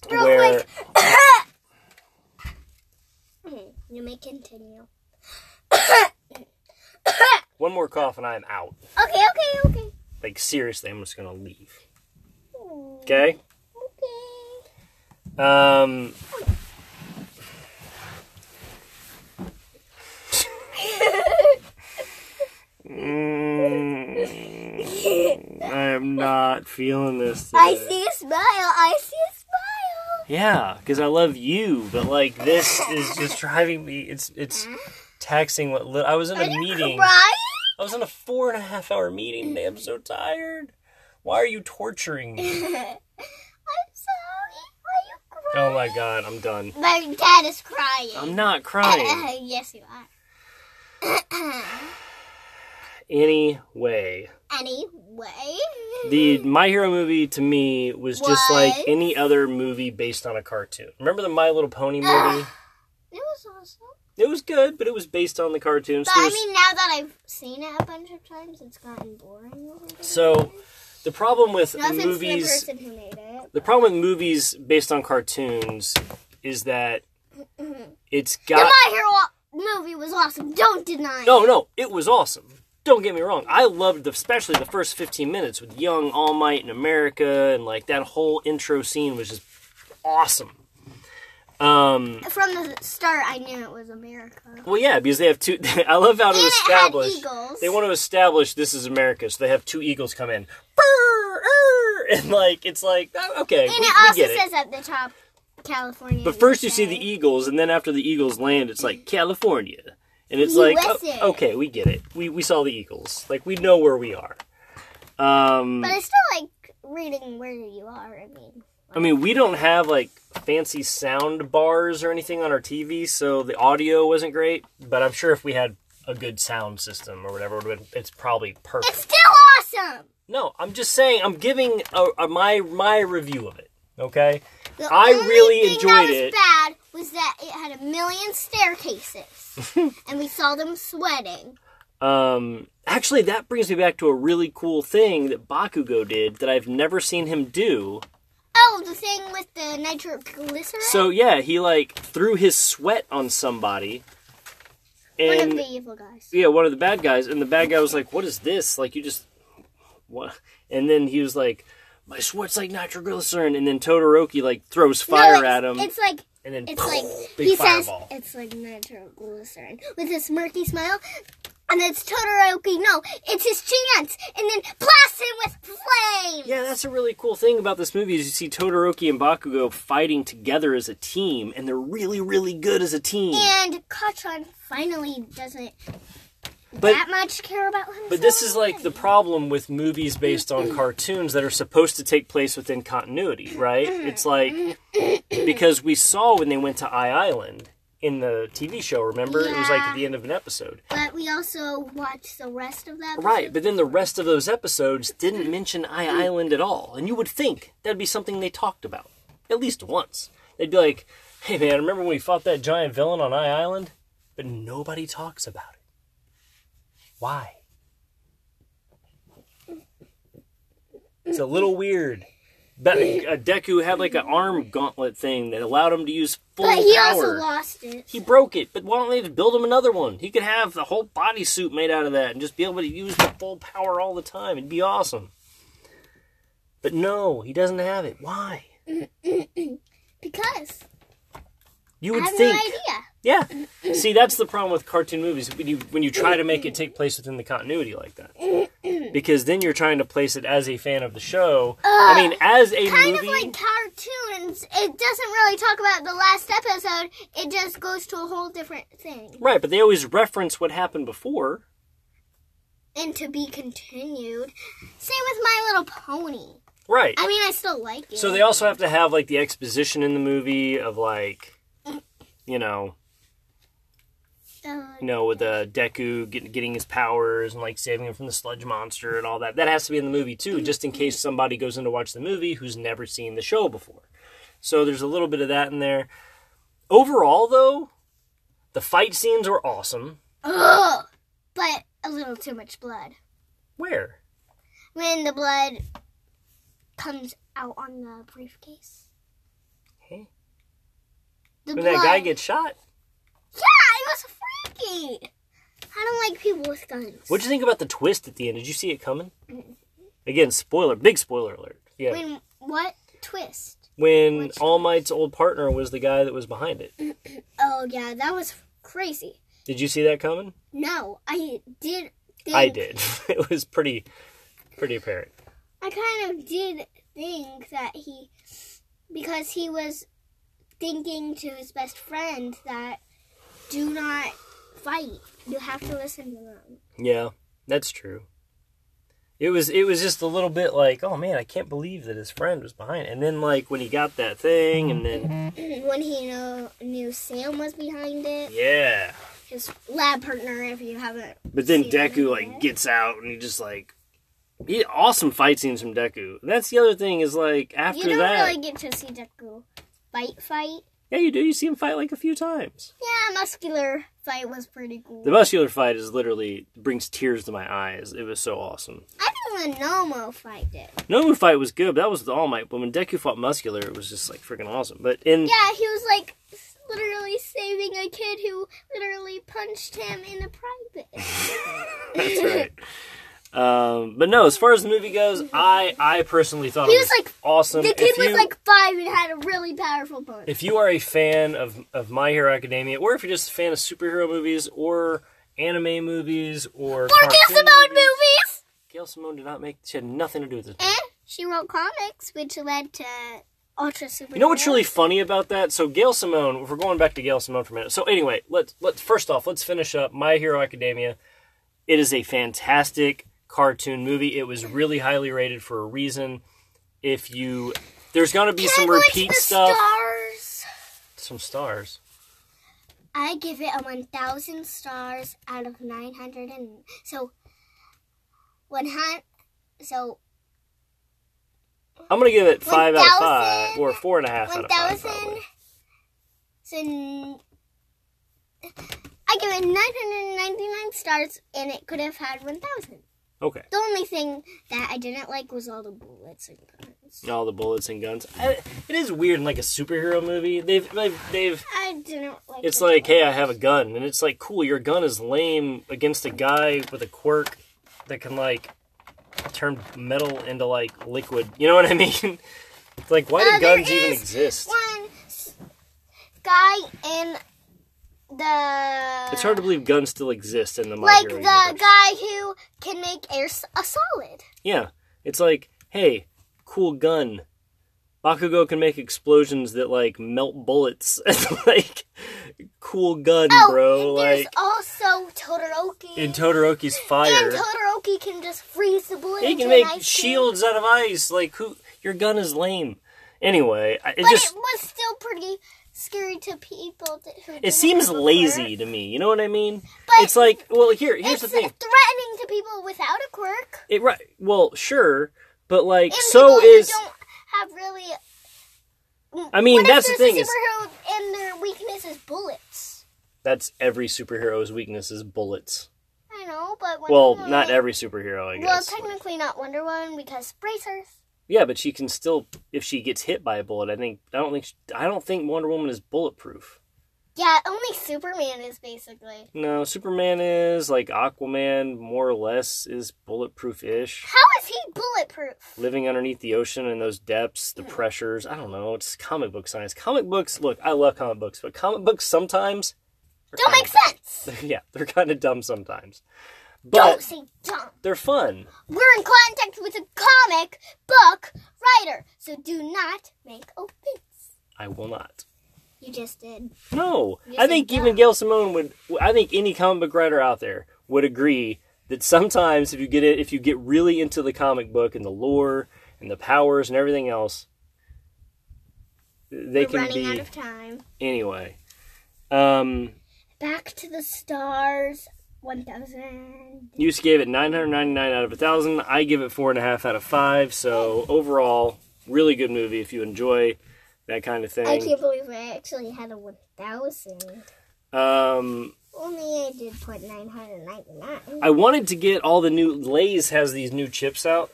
A: Real
B: where
A: quick. Mm, You may continue.
B: one more cough and I'm out.
A: Okay, okay, okay.
B: Like seriously, I'm just gonna leave.
A: Mm,
B: Okay.
A: Okay.
B: Um. Mm, I'm not feeling this. Today.
A: I see a smile. I see a smile.
B: Yeah, because I love you, but like this is just driving me. It's it's taxing what lit. I was in a
A: Are you
B: meeting.
A: crying?
B: I was in a four and a half hour meeting today. I'm so tired. Why are you torturing me?
A: I'm sorry. Are you crying?
B: Oh my god, I'm done.
A: My dad is crying. Uh,
B: I'm not crying.
A: yes, you are.
B: Anyway,
A: Anyway.
B: the My Hero movie to me was just like
A: Was?
B: any other movie based on a cartoon. Remember the My Little Pony movie?
A: Ah. It was awesome.
B: It was good, but it was based on the cartoon.
A: But I
B: So, there's-
A: mean, now that I've seen it a bunch of times, it's gotten boring. a little bit.
B: so the problem with
A: Not since
B: movies.
A: the person who made it.
B: the problem with movies based on cartoons is that it's
A: The
B: got
A: My Hero movie was awesome. Don't deny it.
B: no no it was awesome don't get me wrong i loved the, especially the first 15 minutes with young all might and america and like that whole intro scene was just awesome um
A: From the start, I knew it was America.
B: well yeah because they have two i love how to
A: And it had
B: establish
A: eagles.
B: they want to establish this is america so they have two eagles come in Brr, err, and like it's like oh, okay
A: And
B: we,
A: it
B: we
A: also
B: get it.
A: says at the top, California.
B: But first, you see
A: USA.
B: the E. Eagles, and then after the Eagles land, it's like California, and it's like, oh,
A: USA.
B: okay, we get it. We we saw the Eagles. Like we know where we are. Um,
A: But it's still like reading where you are. I mean,
B: I mean, we don't have like fancy sound bars or anything on our TV, so the audio wasn't great. But I'm sure if we had a good sound system or whatever, it would- it's probably perfect.
A: it's still awesome.
B: No, I'm just saying, I'm giving a, a my my review of it. Okay,
A: The
B: I
A: only
B: really
A: thing that
B: enjoyed
A: was
B: it.
A: Bad was that it had a million staircases, and we saw them sweating.
B: Um, actually, that brings me back to a really cool thing that Bakugo did that I've never seen him do.
A: Oh, the thing with the nitroglycerin.
B: So yeah, he like threw his sweat on somebody,
A: one of
B: and
A: the evil guys.
B: yeah, one of the bad guys, and the bad guy was like, "What is this? Like you just what?" And then he was like, my sweat's like nitroglycerin, and then Todoroki like throws fire
A: no,
B: at him,
A: it's, It's like
B: and then
A: it's like
B: big
A: he
B: fireball.
A: says it's like nitroglycerin with this murky smile, and it's Todoroki. No, it's his chance, and then blast him with flame.
B: yeah, that's a really cool thing about this movie is you see Todoroki and Bakugo fighting together as a team, and they're really, really good as a team.
A: And Kachan finally doesn't
B: But-
A: that much care about himself.
B: But this is like the problem with movies based on cartoons that are supposed to take place within continuity, right? It's like because we saw when they went to I Island in the TV show, remember? It was like at the end of an episode.
A: But we also watch the rest of that.
B: Right, but then the rest of those episodes didn't mention I Island at all. And you would think that'd be something they talked about at least once. They'd be like, "Hey man, remember when we fought that giant villain on I Island?" But nobody talks about it. Why? It's a little weird. But uh, Deku had like an arm gauntlet thing that allowed him to use full
A: But he
B: power.
A: also lost it.
B: He broke it, but why don't they just build him another one? He could have the whole bodysuit made out of that and just be able to use the full power all the time. It'd be awesome. But no, he doesn't have it. Why?
A: Because
B: You
A: I
B: would
A: have
B: think.
A: no idea.
B: Yeah. See, that's the problem with cartoon movies when you when you try to make it take place within the continuity like that. Because then you're trying to place it as a fan of the show. I mean, as a
A: Uh, Kind
B: movie.
A: of like cartoons. It doesn't really talk about the last episode. It just goes to a whole different thing.
B: right, but they always reference what happened before.
A: And to be continued. Same with My Little Pony.
B: Right.
A: I mean, I still like it.
B: So they also have to have like the exposition in the movie of like, you know,
A: Uh,
B: you know, with the Deku get, getting his powers and like saving him from the sludge monster and all that. That has to be in the movie too, just in case somebody goes in to watch the movie who's never seen the show before. So there's a little bit of that in there. Overall, though, the fight scenes were awesome.
A: ugh, but a little too much blood.
B: Where?
A: When the blood comes out on the briefcase.
B: Hey.
A: The
B: When that guy gets shot.
A: Yeah, it was freaky. I don't like people with guns.
B: What'd you think about the twist at the end? Did you see it coming? Again, spoiler, big spoiler alert. Yeah.
A: When what twist?
B: when
A: Which
B: All Might's old partner was the guy that was behind it.
A: Oh yeah, that was crazy.
B: Did you see that coming?
A: No, I did. Think,
B: I did. It was pretty pretty apparent.
A: I kind of did think that he, because he was thinking to his best friend that do not fight. You have to listen to them.
B: Yeah, that's true. It was it was just a little bit like, oh man, I can't believe that his friend was behind. it. And then like when he got that thing and then
A: when he know, knew Sam was behind it,
B: yeah.
A: his lab partner, if you haven't.
B: But then
A: seen it
B: Deku like
A: yet.
B: gets out and he just like he, awesome fight scenes from Deku. That's the other thing is like
A: You
B: after
A: don't
B: that,
A: really get to see Deku fight fight.
B: yeah, you do. You see him fight like a few times.
A: Yeah, muscular fight was pretty cool.
B: The muscular fight is literally brings tears to my eyes. It was so awesome.
A: I think the Nomo fight did.
B: Nomu fight was good, but that was the All Might. But when Deku fought Muscular, it was just like freaking awesome. But in
A: Yeah, he was like s- literally saving a kid who literally punched him in a private.
B: that's right. Um, but no, as far as the movie goes, I I personally thought
A: He
B: it was
A: was, like-
B: awesome.
A: the kid
B: Um, if
A: was
B: you,
A: like five and had a really powerful punch.
B: if you are a fan of of My Hero Academia, or if you're just a fan of superhero movies or anime movies or
A: Or
B: cartoon
A: Gilson
B: movies-
A: movies!
B: Gail Simone did not make. She had nothing to do with this.
A: And she wrote comics, which led to Ultra Super.
B: You know what's really funny about that? So Gail Simone, if we're going back to Gail Simone for a minute. So anyway, let's let's first off, let's finish up My Hero Academia. It is a fantastic cartoon movie. It was really highly rated for a reason. If you there's gonna be some repeat
A: the
B: stuff.
A: Stars.
B: Some stars.
A: I give it a 1,000 stars out of 900 and so 100 so
B: I'm gonna give it five out
A: 1,000,
B: of five or four and a half out of five.
A: 1,000
B: probably.
A: so n- I give it 999 stars and it could have had 1,000.
B: Okay.
A: The only thing that I didn't like was all the bullets and guns.
B: All the bullets and guns. I, it is weird in like a superhero movie. They've they've, they've
A: I didn't like
B: It's
A: the
B: like,
A: bullets.
B: hey, I have a gun, and it's like, cool. Your gun is lame against a guy with a quirk that can like turned metal into like liquid. You know what I mean? It's like why do
A: Uh, there
B: guns even
A: is
B: exist?
A: One s- guy in the.
B: It's hard to believe guns still exist in the My
A: Like
B: Hero
A: the
B: universe.
A: guy who can make air s- a solid.
B: Yeah. It's like, hey, cool gun. Bakugo can make explosions that like melt bullets. It's like cool gun, bro.
A: and Oh, there's
B: Like
A: also Todoroki.
B: in Todoroki's fire.
A: and Todoroki can just freeze the bullet.
B: He
A: into
B: can
A: an
B: make
A: ice cube.
B: shields out of ice. Like who your gun is lame. Anyway, I- it
A: But
B: just
A: it was still pretty scary to people that, who.
B: it
A: didn't
B: seems
A: before.
B: lazy to me. You know what I mean?
A: But
B: it's like, well, here here's
A: It's
B: the thing.
A: threatening to people without a quirk.
B: It right. Well, sure, but like
A: And
B: so
A: people
B: is
A: who don't have really.
B: I mean,
A: What if
B: that's the
A: there's
B: thing
A: A
B: is-
A: superhero and their weakness is bullets.
B: that's every superhero's weakness is bullets.
A: I know, but Wonder
B: Well,
A: Woman,
B: not every superhero, I
A: Mm. Well,
B: guess.
A: technically not Wonder Woman because bracers.
B: yeah, but she can still if she gets hit by a bullet. I think I don't think she, I don't think Wonder Woman is bulletproof.
A: Yeah, only Superman is basically.
B: No, Superman is like Aquaman, more or less is bulletproof ish.
A: How is he bulletproof?
B: living underneath the ocean and those depths, the pressures. I don't know. It's comic book science. Comic books, look, I love comic books, but comic books sometimes. are
A: Don't make
B: kinda-
A: sense.
B: Yeah, they're kind of dumb sometimes.
A: Don't
B: But
A: say dumb.
B: they're fun.
A: We're in contact with a comic book writer, so do not make offense.
B: I will not.
A: You just did.
B: No.
A: You
B: I
A: said
B: think even
A: dumb.
B: Gail Simone would, I think any comic book writer out there would agree that sometimes if you get it, if you get really into the comic book and the lore and the powers and everything else, they
A: We're
B: can
A: running out
B: be
A: of time.
B: anyway. Um,
A: Back to the stars. One thousand.
B: You just gave it 999 out of 1,000. I give it 4.5 out of 5. So, overall, really good movie if you enjoy that kind of
A: I
B: thing.
A: can't believe I actually had a one thousand.
B: Um,
A: Only I did point nine hundred ninety nine.
B: I wanted to get all the new. Lay's has these new chips out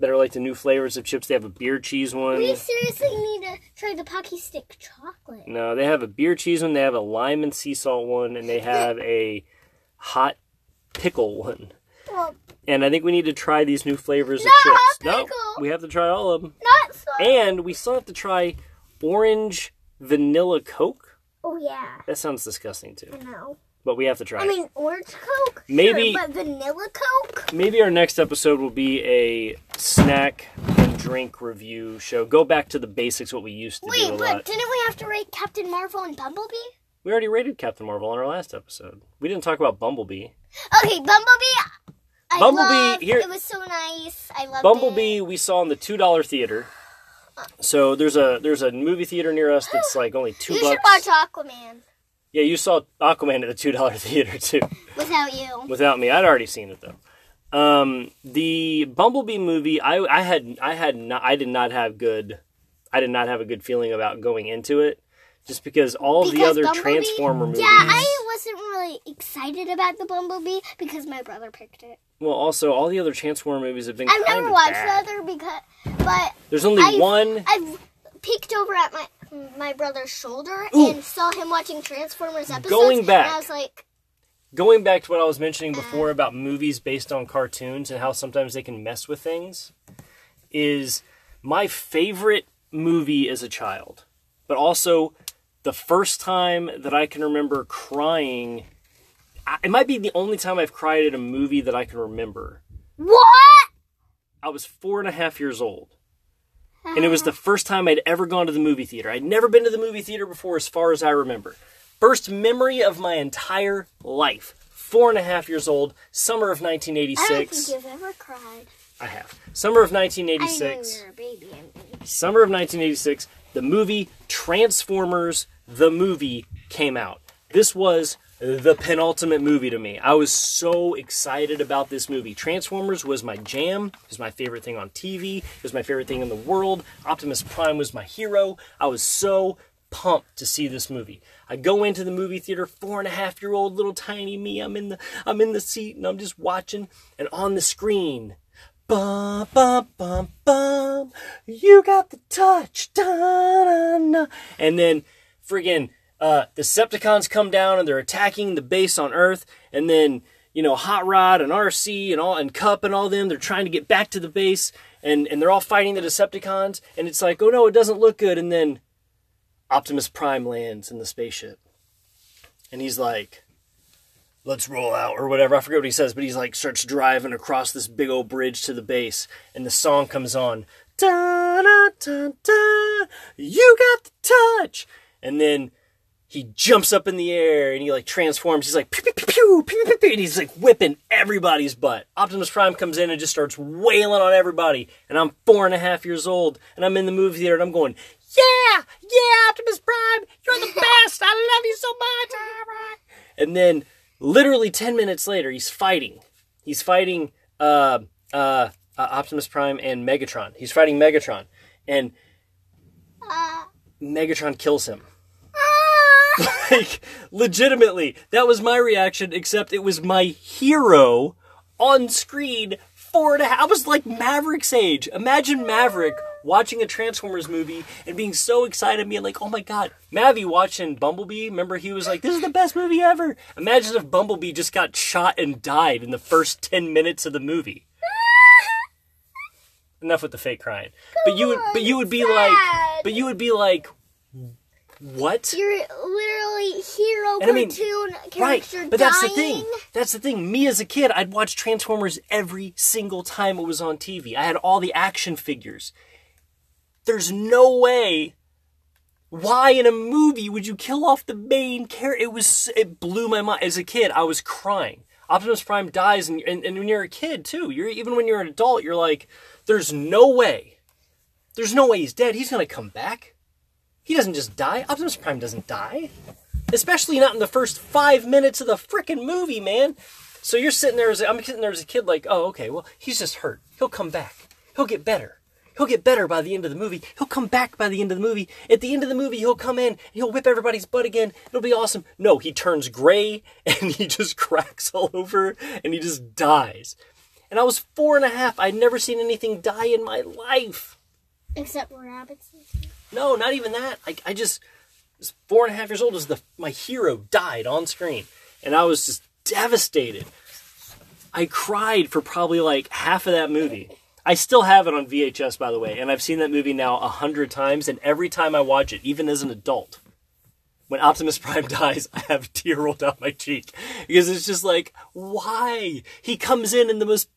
B: that are like the new flavors of chips. They have a beer cheese
A: We
B: one.
A: seriously need to try the Pocky Stick chocolate.
B: No, they have a beer cheese one. They have a lime and sea salt one. And they have a hot pickle one.
A: Well,
B: And I think we need to try these new flavors
A: No,
B: of chips.
A: pickle.
B: No, we have to try all of them.
A: not so.
B: And we still have to try orange vanilla Coke.
A: oh yeah,
B: That sounds disgusting
A: I
B: too,
A: know.
B: but we have to try
A: I
B: it.
A: mean, orange Coke. sure,
B: Maybe-
A: but vanilla Coke.
B: Maybe our next episode will be a snack and drink review show. Go back to the basics, what we used to do a
A: Wait, but
B: lot.
A: didn't we have to rate Captain Marvel and Bumblebee?
B: we already rated Captain Marvel in our last episode. We didn't talk about Bumblebee.
A: Okay, Bumblebee. I
B: Bumblebee,
A: loved-
B: here-
A: It was so nice. I loved it.
B: Bumblebee we saw in the two dollar theater. So there's a there's a movie theater near us that's like only two
A: You should
B: bucks.
A: watch Aquaman
B: yeah, you saw Aquaman at the two dollar theater too.
A: without you.
B: without me. I'd already seen it though. Um, the Bumblebee movie, I, I had, I had not, I did not have good, I did not have a good feeling about going into it, just because all the
A: Because
B: other
A: Bumblebee-
B: Transformer movies.
A: Yeah, I wasn't really excited about the Bumblebee because my brother picked it.
B: Well, also all the other Transformer movies have been.
A: I've
B: kind
A: never
B: of
A: watched
B: bad.
A: the other because, but
B: There's only
A: I've-
B: one.
A: I've peeked over at my my brother's shoulder
B: Ooh.
A: and saw him watching Transformers episodes.
B: Going back.
A: and I was like,
B: Going back to what I was mentioning before about movies based on cartoons and how sometimes they can mess with things, is my favorite movie as a child, but also the first time that I can remember crying. I- It might be the only time I've cried at a movie that I can remember.
A: "What?"
B: I was four and a half years old. And it was the first time I'd ever gone to the movie theater. I'd never been to the movie theater before, as far as I remember. First memory of my entire life. Four and a half years old, summer of
A: I don't
B: 1986.
A: think you've ever cried.
B: I have. Summer of
A: I
B: 1986.
A: know you're a baby. I mean.
B: Summer of 1986, the movie Transformers, the movie, came out. This was the penultimate movie to me. I was so excited about this movie. Transformers was my jam. It was my favorite thing on TV. It was my favorite thing in the world. Optimus Prime was my hero. I was so pumped to see this movie. I go into the movie theater, four and a half year old little tiny me. I'm in the I'm in the seat and I'm just watching. And on the screen, Bum, bum, bum, bum. You got the touch. Da-na-na. And then friggin' uh, the Decepticons come down and they're attacking the base on Earth. And then, you know, Hot Rod and RC and all and Cup and all them. They're trying to get back to the base and and they're all fighting the Decepticons and it's like, "Oh no, it doesn't look good." And then Optimus Prime lands in the spaceship. And he's like, "Let's roll out" or whatever. I forget what he says, but he's like starts driving across this big old bridge to the base and the song comes on. Da, da, da, da, you got the touch. And then he jumps up in the air and he like transforms. He's like pew pew pew pew pew pew, pew and he's like whipping everybody's butt. Optimus Prime comes in and just starts wailing on everybody. And I'm four and a half years old and I'm in the movie theater and I'm going, yeah, yeah, Optimus Prime, you're the best. I love you so much. And then literally ten minutes later, he's fighting. He's fighting uh, uh, uh, Optimus Prime and Megatron. He's fighting Megatron, and
A: Uh,
B: Megatron kills him like legitimately that was my reaction except it was my hero on screen four and a half i was like maverick's age imagine maverick watching a transformers movie and being so excited being like oh my god mavi watching bumblebee remember he was like this is the best movie ever imagine if bumblebee just got shot and died in the first 10 minutes of the movie enough with the fake crying but you would but you would be like but you would be like what
A: You're literally hero
B: And I mean,
A: cartoon
B: Right,
A: character
B: but that's the
A: dying.
B: thing. That's the thing. Me as a kid, I'd watch Transformers every single time it was on TV. I had all the action figures. There's no way. Why in a movie would you kill off the main character? It was it blew my mind. As a kid, I was crying. Optimus Prime dies, and, and, and when you're a kid too, you're even when you're an adult, you're like, there's no way. There's no way he's dead. He's gonna come back. He doesn't just die. Optimus Prime doesn't die especially not in the first five minutes of the frickin' movie, man. So you're sitting there as a, I'm sitting there as a kid, like, oh, okay, well, he's just hurt. He'll come back. He'll get better. He'll get better by the end of the movie. He'll come back by the end of the movie. At the end of the movie, he'll come in. And he'll whip everybody's butt again. It'll be awesome. No, he turns gray and he just cracks all over and he just dies. And I was four and a half. I'd never seen anything die in my life.
A: Except for rabbits.
B: No, not even that. I, I just was four and a half years old. Is the my hero died on screen, and I was just devastated. I cried for probably like half of that movie. I still have it on VHS, by the way, and I've seen that movie now a hundred times. And every time I watch it, even as an adult, when Optimus Prime dies, I have a tear roll down my cheek because it's just like, why? He comes in in the most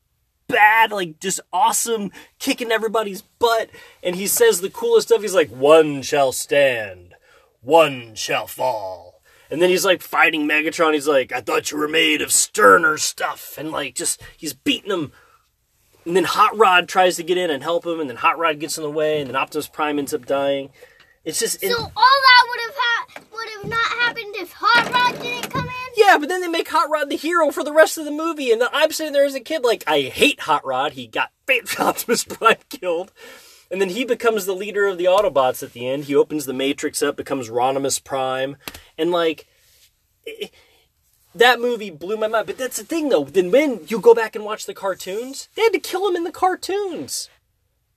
B: bad, like just awesome, kicking everybody's butt. And he says the coolest stuff. He's like, one shall stand, one shall fall. And then he's like fighting Megatron. He's like, I thought you were made of sterner stuff. And like, just, he's beating him. And then Hot Rod tries to get in and help him. And then Hot Rod gets in the way. And then Optimus Prime ends up dying. It's just. it-
A: So all that would have ha- would have not happened if Hot Rod didn't come in.
B: Yeah, but then they make Hot Rod the hero for the rest of the movie, and then I'm sitting there as a kid like, I hate Hot Rod. He got Optimus Prime killed, and then he becomes the leader of the Autobots at the end. He opens the Matrix up, becomes Ronimus Prime, and like that movie blew my mind. But that's the thing, though. Then when you go back and watch the cartoons, they had to kill him in the cartoons,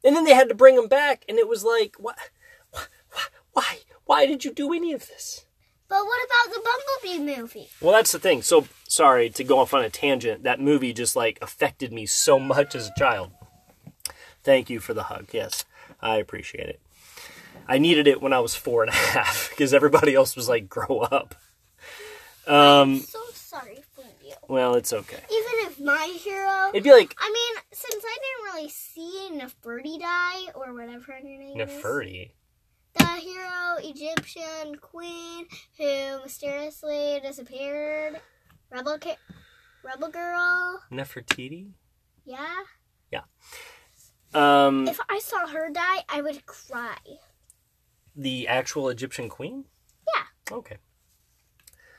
B: and then they had to bring him back, and it was like, what? Why? Why did you do any of this?
A: But what about the Bumblebee movie?
B: Well, that's the thing. So, sorry to go off on a tangent. That movie just like affected me so much as a child. Thank you for the hug. Yes, I appreciate it. I needed it when I was four and a half because everybody else was like, grow up. Um,
A: So sorry for you.
B: well, it's okay.
A: Even if my hero.
B: It'd be like
A: I mean, since I didn't really see Nefertiti die or whatever her name is.
B: Neferti.
A: The hero Egyptian queen who mysteriously disappeared. Rebel, ca- rebel girl.
B: Nefertiti?
A: Yeah.
B: Um,
A: If I saw her die, I would cry.
B: the actual Egyptian queen?
A: Yeah.
B: Okay.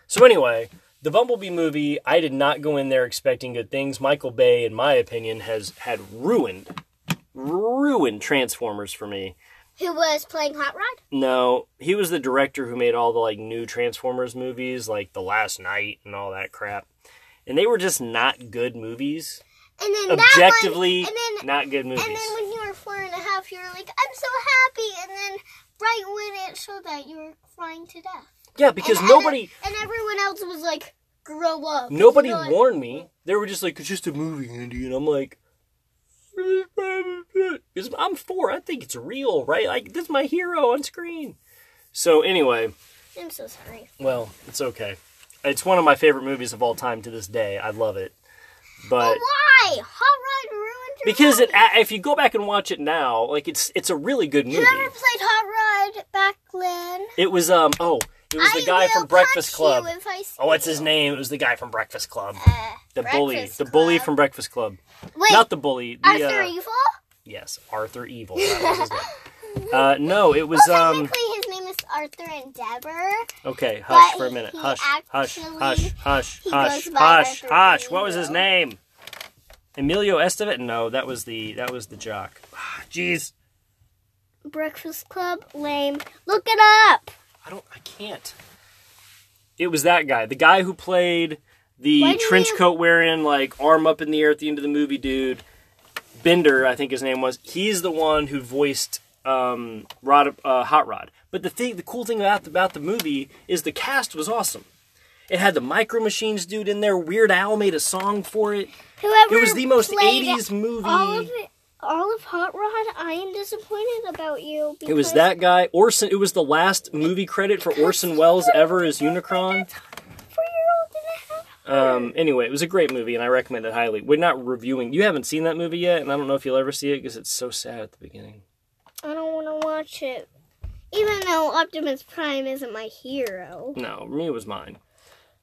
B: So anyway, the Bumblebee movie, I did not go in there expecting good things. Michael Bay, in my opinion, has had ruined ruined Transformers for me.
A: Who was playing Hot Rod?
B: No, he was the director who made all the like new Transformers movies, like The Last Night and all that crap. And they were just not good movies.
A: And then
B: Objectively,
A: that one, and then
B: not good movies.
A: and then when you were four and a half, you were like, "I'm so happy," and then right when it showed that, you were crying to death.
B: yeah, because
A: And
B: nobody
A: every- and everyone else was like, grow up.
B: Nobody
A: You're not-
B: warned me. They were just like, it's just a movie, Andy. And I'm like, because I'm four. I think it's real, right? Like, this is my hero on screen. So, anyway,
A: I'm so sorry.
B: well, it's okay. It's one of my favorite movies of all time to this day. I love it. But.
A: Oh, Why? Hot Rod ruined your
B: Because it,
A: life.
B: a- if you go back and watch it now, like it's it's a really good movie.
A: Whoever played Hot Rod back then.
B: It was um oh it was the
A: I
B: guy
A: will
B: from Breakfast
A: punch
B: Club.
A: you if I see
B: Oh, what's his
A: you.
B: name? It was the guy from Breakfast Club.
A: Uh,
B: The bully,
A: Breakfast
B: the bully
A: Club.
B: from Breakfast Club.
A: Wait,
B: Not the bully. The,
A: Arthur
B: uh,
A: Evil?
B: Yes, Arthur Evil. That was his name. Uh, no, it was
A: well,
B: um.
A: technically, his name is Arthur Endeavor.
B: Okay, hush
A: but
B: for a minute.
A: he
B: Hush, hush,
A: actually-
B: hush, hush,
A: he
B: hush,
A: goes by
B: hush,
A: Arthur
B: hush. What was his
A: Evil.
B: name? Emilio Estevez? No, that was the that was the jock. Ah, Jeez,
A: Breakfast Club, lame. Look it up.
B: I don't. I can't. It was that guy, the guy who played
A: Why
B: the
A: do
B: trench
A: we-
B: coat wearing, like arm up in the air at the end of the movie, dude. Bender, I think his name was. He's the one who voiced um, Rod, uh, Hot Rod. But the thing, the cool thing about about the movie is the cast was awesome. It had the Micro Machines dude in there. Weird Al made a song for it.
A: Whoever
B: It was the most
A: played
B: '80s movie.
A: All of it, all of Hot Rod. I am disappointed about you. Because
B: It was that guy Orson. It was the last movie credit for Orson Welles ever as Unicron.
A: four-year-old didn't have.
B: Um, anyway, it was a great movie, and I recommend it highly. We're not reviewing. You haven't seen that movie yet, and I don't know if you'll ever see it because it's so sad at the beginning.
A: I don't want to watch it. Even though Optimus Prime isn't my hero.
B: No, me it was mine.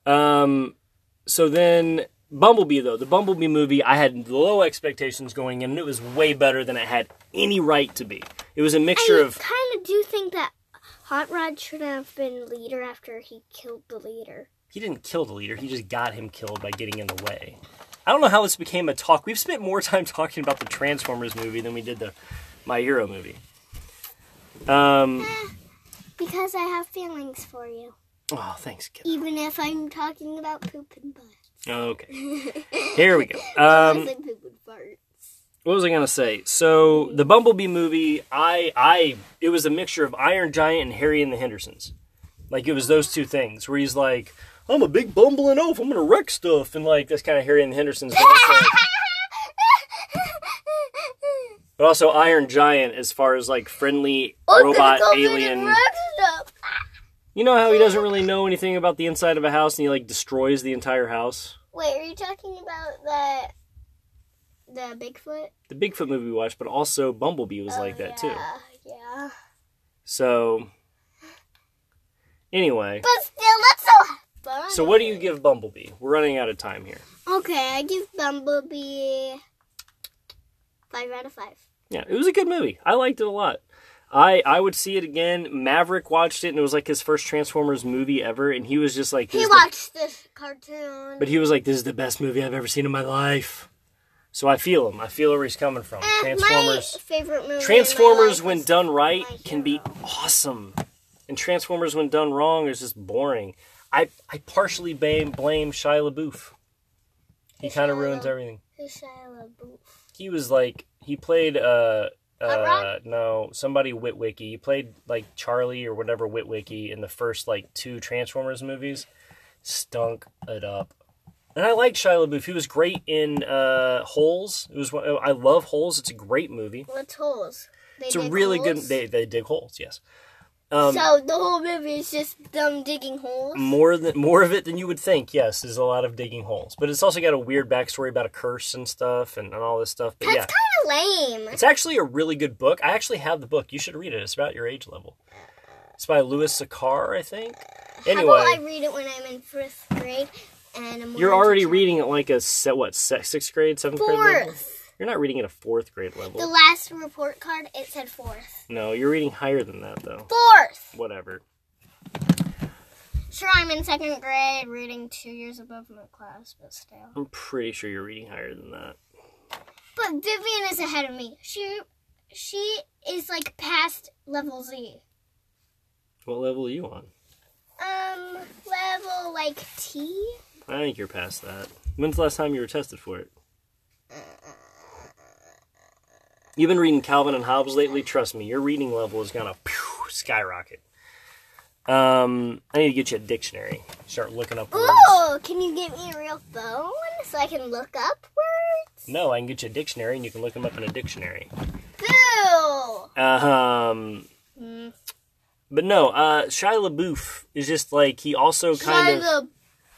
B: Um, so then Bumblebee though the Bumblebee movie, I had low expectations going in, and it was way better than it had any right to be. It was a mixture
A: I
B: of
A: kind of do think that Hot Rod should have been leader after he killed the leader.
B: he didn't kill the leader, he just got him killed by getting in the way. I don't know how this became a talk. We've spent more time talking about the Transformers movie than we did the My Hero movie. Um,
A: Because I have feelings for you.
B: oh, thanks, kid.
A: Even if I'm talking about poop and butt.
B: Okay. Here we go. Um,
A: Mostly poop and fart.
B: what was I gonna say? So the Bumblebee movie, I, I, it was a mixture of Iron Giant and Harry and the Hendersons. Like it was those two things where he's like, I'm a big bumbling oaf, I'm gonna wreck stuff, and like that's kind of Harry and the Hendersons. But also, but also Iron Giant as far as like friendly
A: I'm gonna
B: robot
A: go visit
B: alien.
A: Roundup.
B: You know how he doesn't really know anything about the inside of a house, and he like destroys the entire house.
A: Wait, are you talking about the the Bigfoot?
B: The Bigfoot movie we watched, but also Bumblebee was like that too.
A: Oh, yeah, Yeah.
B: So, anyway,
A: But still, that's so fun.
B: so what do you give Bumblebee? We're running out of time here.
A: Okay, I give Bumblebee five out of five.
B: Yeah, it was a good movie. I liked it a lot. I I would see it again. Maverick watched it, and it was like his first Transformers movie ever, and he was just like, this
A: He
B: is the-
A: watched this cartoon.
B: but he was like, this is the best movie I've ever seen in my life. So I feel him. I feel where he's coming from.
A: Eh,
B: Transformers.
A: My favorite movie. in my
B: Transformers,
A: life
B: when
A: is-
B: done right,
A: my
B: can be
A: hero.
B: awesome, and Transformers, when done wrong, is just boring. I I partially blame blame Shia LaBeouf. He
A: Who's
B: kind of
A: Shia
B: ruins
A: LaBeouf?
B: everything.
A: Who's Shia LaBeouf?
B: He was like he played uh uh
A: Rod?
B: no somebody Witwicky. He played like Charlie or whatever Witwicky in the first like two Transformers movies. Stunk it up. And I liked Shia LaBeouf. He was great in uh, Holes. It was one- I love Holes. It's a great movie.
A: What's holes? They
B: It's a
A: dig
B: really good.
A: holes?
B: They they dig holes. Yes. Um, Mm,
A: so the whole movie is just them digging holes.
B: more than more of it than you would think. Yes, is a lot of digging holes, but it's also got a weird backstory about a curse and stuff and, and all this stuff. But
A: That's
B: yeah,
A: kind of lame.
B: it's actually a really good book. I actually have the book. You should read it. It's about your age level. It's by Louis Sakar, I think.
A: How about I
B: Anyway,
A: read it when I'm in fifth grade and I'm willing
B: you're
A: to
B: already
A: try-
B: reading it like a se- what se- sixth grade, seventh grade level.
A: fourth.
B: You're not reading it a fourth grade level.
A: The last report card it said fourth.
B: no, you're reading higher than that though.
A: Fourth.
B: Whatever.
A: Sure, I'm in second grade, reading two years above my class, but still.
B: I'm pretty sure you're reading higher than that.
A: But Vivian is ahead of me. She she is like past level Z.
B: What level are you on?
A: Um, level like T.
B: I think you're past that. When's the last time you were tested for it? You've been reading Calvin and Hobbes lately. Trust me, your reading level is gonna pew, skyrocket. Um, I need to get you a dictionary. Start looking up words.
A: Ooh, can you get me a real phone so I can look up words?
B: No, I can get you a dictionary, and you can look them up in a dictionary.
A: Boo!
B: Um,
A: Mm.
B: but no, uh, Shia LaBeouf is just like he also kind
A: Shia
B: of
A: the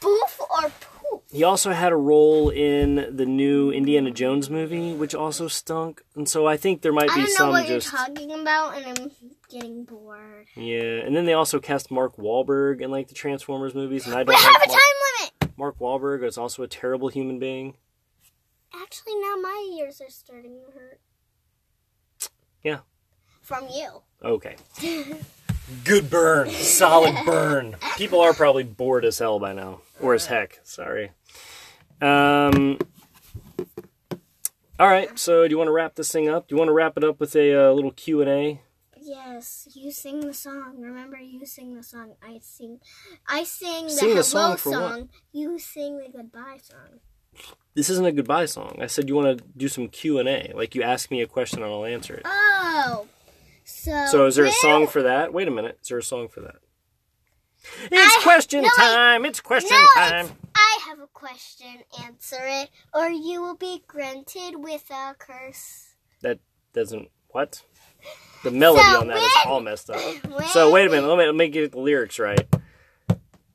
A: boof or poop?
B: he also had a role in the new Indiana Jones movie, which also stunk. And so I think there might
A: I
B: be
A: don't know
B: some
A: what
B: just
A: you're talking about, and I'm getting bored.
B: yeah. And then they also cast Mark Wahlberg in like the Transformers movies, and I
A: We
B: don't
A: have
B: like
A: a
B: Mark,
A: time limit.
B: Mark Wahlberg is also a terrible human being.
A: Actually, now my ears are starting to hurt.
B: Yeah.
A: From you.
B: Okay. Good burn. Solid burn. People are probably bored as hell by now. Or as heck. Sorry. Um. All right. So, do you want to wrap this thing up? Do you want to wrap it up with a uh, little Q and A?
A: Yes, you sing the song. Remember, you sing the song. I sing, I sing the
B: Sing
A: hello
B: the song for what?
A: You sing the goodbye song.
B: This isn't a goodbye song. I said you want to do some Q and A. Like you ask me a question and I'll answer it.
A: Oh, so
B: So, is there a
A: when-
B: song for that? Wait a minute. Is there a song for that?
A: I-
B: It's question
A: no, I-
B: time. It's question
A: No,
B: time.
A: it's- I have a question. Answer it, or you will be granted with a curse.
B: that doesn't what the melody
A: So
B: on that is
A: when-
B: all messed up
A: when-
B: so wait a minute let me, let me get the lyrics right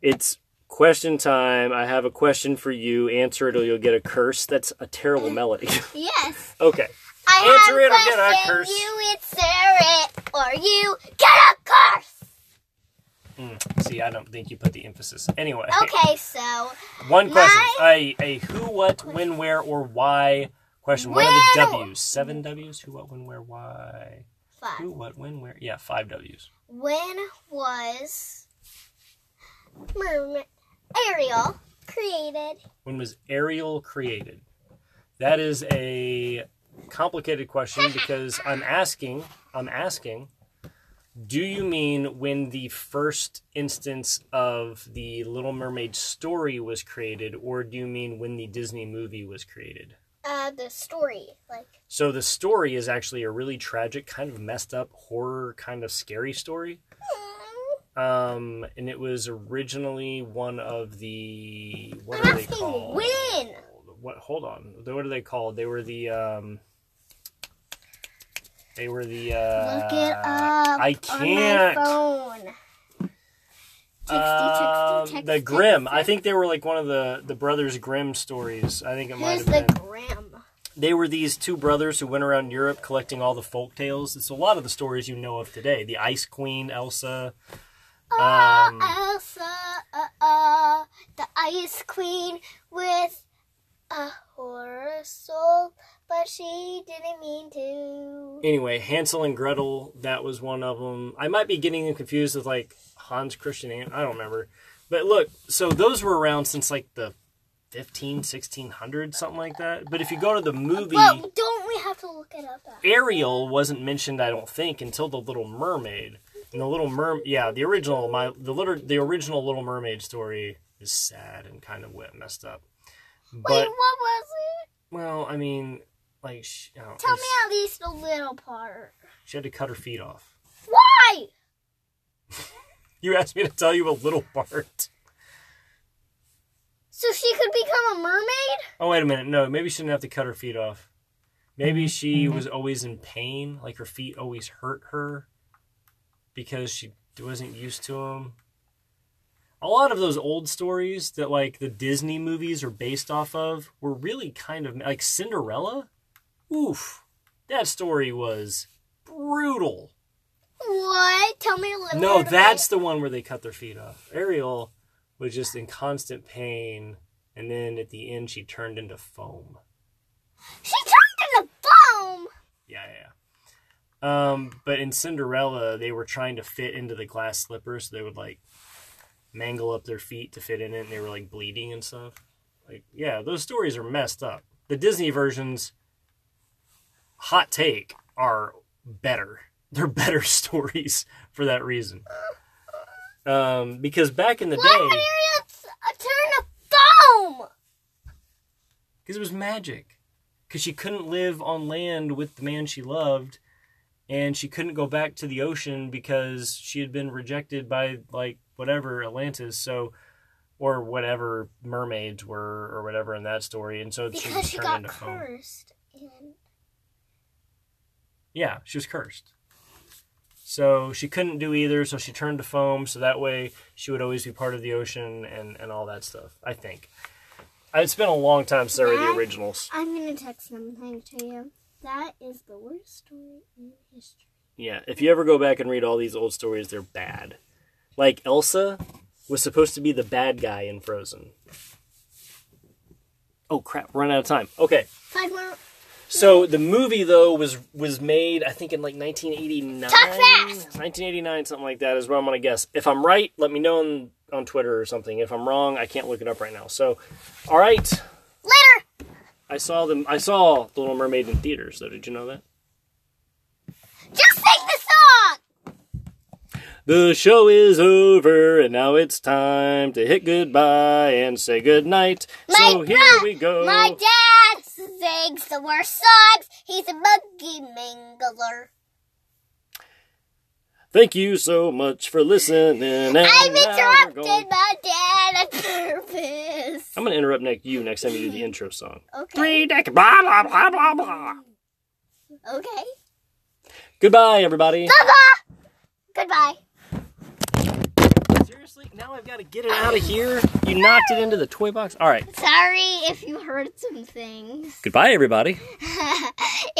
B: it's question time i have a question for you answer it or you'll get a curse that's a terrible melody
A: Yes,
B: okay
A: I have
B: Answer it or get a
A: question,
B: curse.
A: You answer it, or you get a curse.
B: Mm, see i don't think you put the emphasis anyway
A: Okay, so
B: one
A: my-
B: question a, a who what when where or why question one
A: Where-
B: of the w's seven w's who what when where why
A: five.
B: who what when where yeah five w's
A: When was Mermaid Ariel created?
B: When was Ariel created? That is a complicated question because I'm asking, I'm asking, do you mean when the first instance of the Little Mermaid story was created, or do you mean when the Disney movie was created?
A: Uh, the story, like
B: So the story is actually a really tragic, kind of messed up, horror, kind of scary story. Um, and it was originally one of the what
A: I'm
B: are they
A: asking
B: called?
A: when.
B: what hold on what are they called they were the um they were the uh
A: Look it up
B: i can't
A: on my phone.
B: Um,
A: Texty, texty, texty,
B: the
A: texty.
B: Grimm. I think they were like one of the the brothers Grimm stories. I think it might
A: Who's
B: have
A: the
B: been. Um,
A: grandma?
B: They were these two brothers who went around Europe collecting all the folk tales. It's a lot of the stories you know of today. The Ice Queen, Elsa.
A: Oh,
B: Um,
A: Elsa, uh, uh, the Ice Queen with a horror soul, but she didn't mean to.
B: anyway, Hansel and Gretel, that was one of them. I might be getting them confused with like Hans Christian An- I don't remember. But look, so those were around since like the 15, 1600, something like that. But if you go to the movie,
A: But don't we have to look it up? After?
B: Ariel wasn't mentioned, I don't think, until the Little Mermaid. And the Little Merm, yeah, the original, my the little, the original Little Mermaid story is sad and kind of wet, messed up.
A: Wait, what
B: But
A: was it?
B: well, I mean, like she, I don't know,
A: Tell me at least a little part.
B: she had to cut her feet off.
A: Why?
B: You asked me to tell you a little part.
A: So she could become a mermaid?
B: Oh wait a minute, no, maybe she didn't have to cut her feet off. Maybe she was always in pain, like her feet always hurt her because she wasn't used to them. A lot of those old stories that like the Disney movies are based off of were really kind of like Cinderella. Oof. That story was brutal.
A: What? Tell me a little.
B: No,
A: bit about
B: that's
A: it.
B: the one where they cut their feet off. Ariel was just in constant pain and then at the end she turned into foam.
A: she turned into foam.
B: Yeah, yeah. yeah. Um, but in Cinderella, they were trying to fit into the glass slippers, so they would like mangle up their feet to fit in it, and they were like bleeding and stuff. Like, yeah, those stories are messed up. The Disney versions, hot take, are better. They're better stories for that reason. Um, because back in the
A: Why would
B: day,
A: Ariel t- uh, turn to foam?
B: because it was magic. Because she couldn't live on land with the man she loved, and she couldn't go back to the ocean because she had been rejected by like whatever Atlantis, so or whatever mermaids were or whatever in that story, and so she
A: Because
B: was
A: she
B: turned
A: got
B: into foam.
A: cursed. And
B: Yeah, she was cursed. So she couldn't do either, so she turned to foam, so that way she would always be part of the ocean and, and all that stuff, I think. Uh, It's been a long time since I read the
A: Math?
B: originals.
A: I'm gonna text something to you. That is the worst story in history.
B: Yeah, if you ever go back and read all these old stories, they're bad. Like Elsa was supposed to be the bad guy in Frozen. Oh crap, run out of time. Okay.
A: Five more.
B: So the movie though was was made I think in like 1989.
A: Talk fast!
B: 1989 something like that is what I'm going to guess. If I'm right, let me know on, on Twitter or something. If I'm wrong, I can't look it up right now. So all right,
A: Later.
B: I saw them I saw The Little Mermaid in theaters though. Did you know that?
A: Just sing the song.
B: The show is over and now it's time to hit goodbye and say goodnight. so here
A: bro-
B: we go.
A: My dad sings the worst songs. He's a monkey mingler.
B: Thank you so much for listening. And
A: i
B: now we're
A: interrupted
B: going-
A: my dad on purpose.
B: I'm gonna interrupt next you next time you do the intro song.
A: Okay.
B: Three deck blah blah blah blah blah.
A: Okay.
B: Goodbye, everybody.
A: Baba. Goodbye.
B: Seriously, now I've got to get it out of here. You knocked it into the toy box. All right.
A: Sorry if you heard some things.
B: Goodbye, everybody.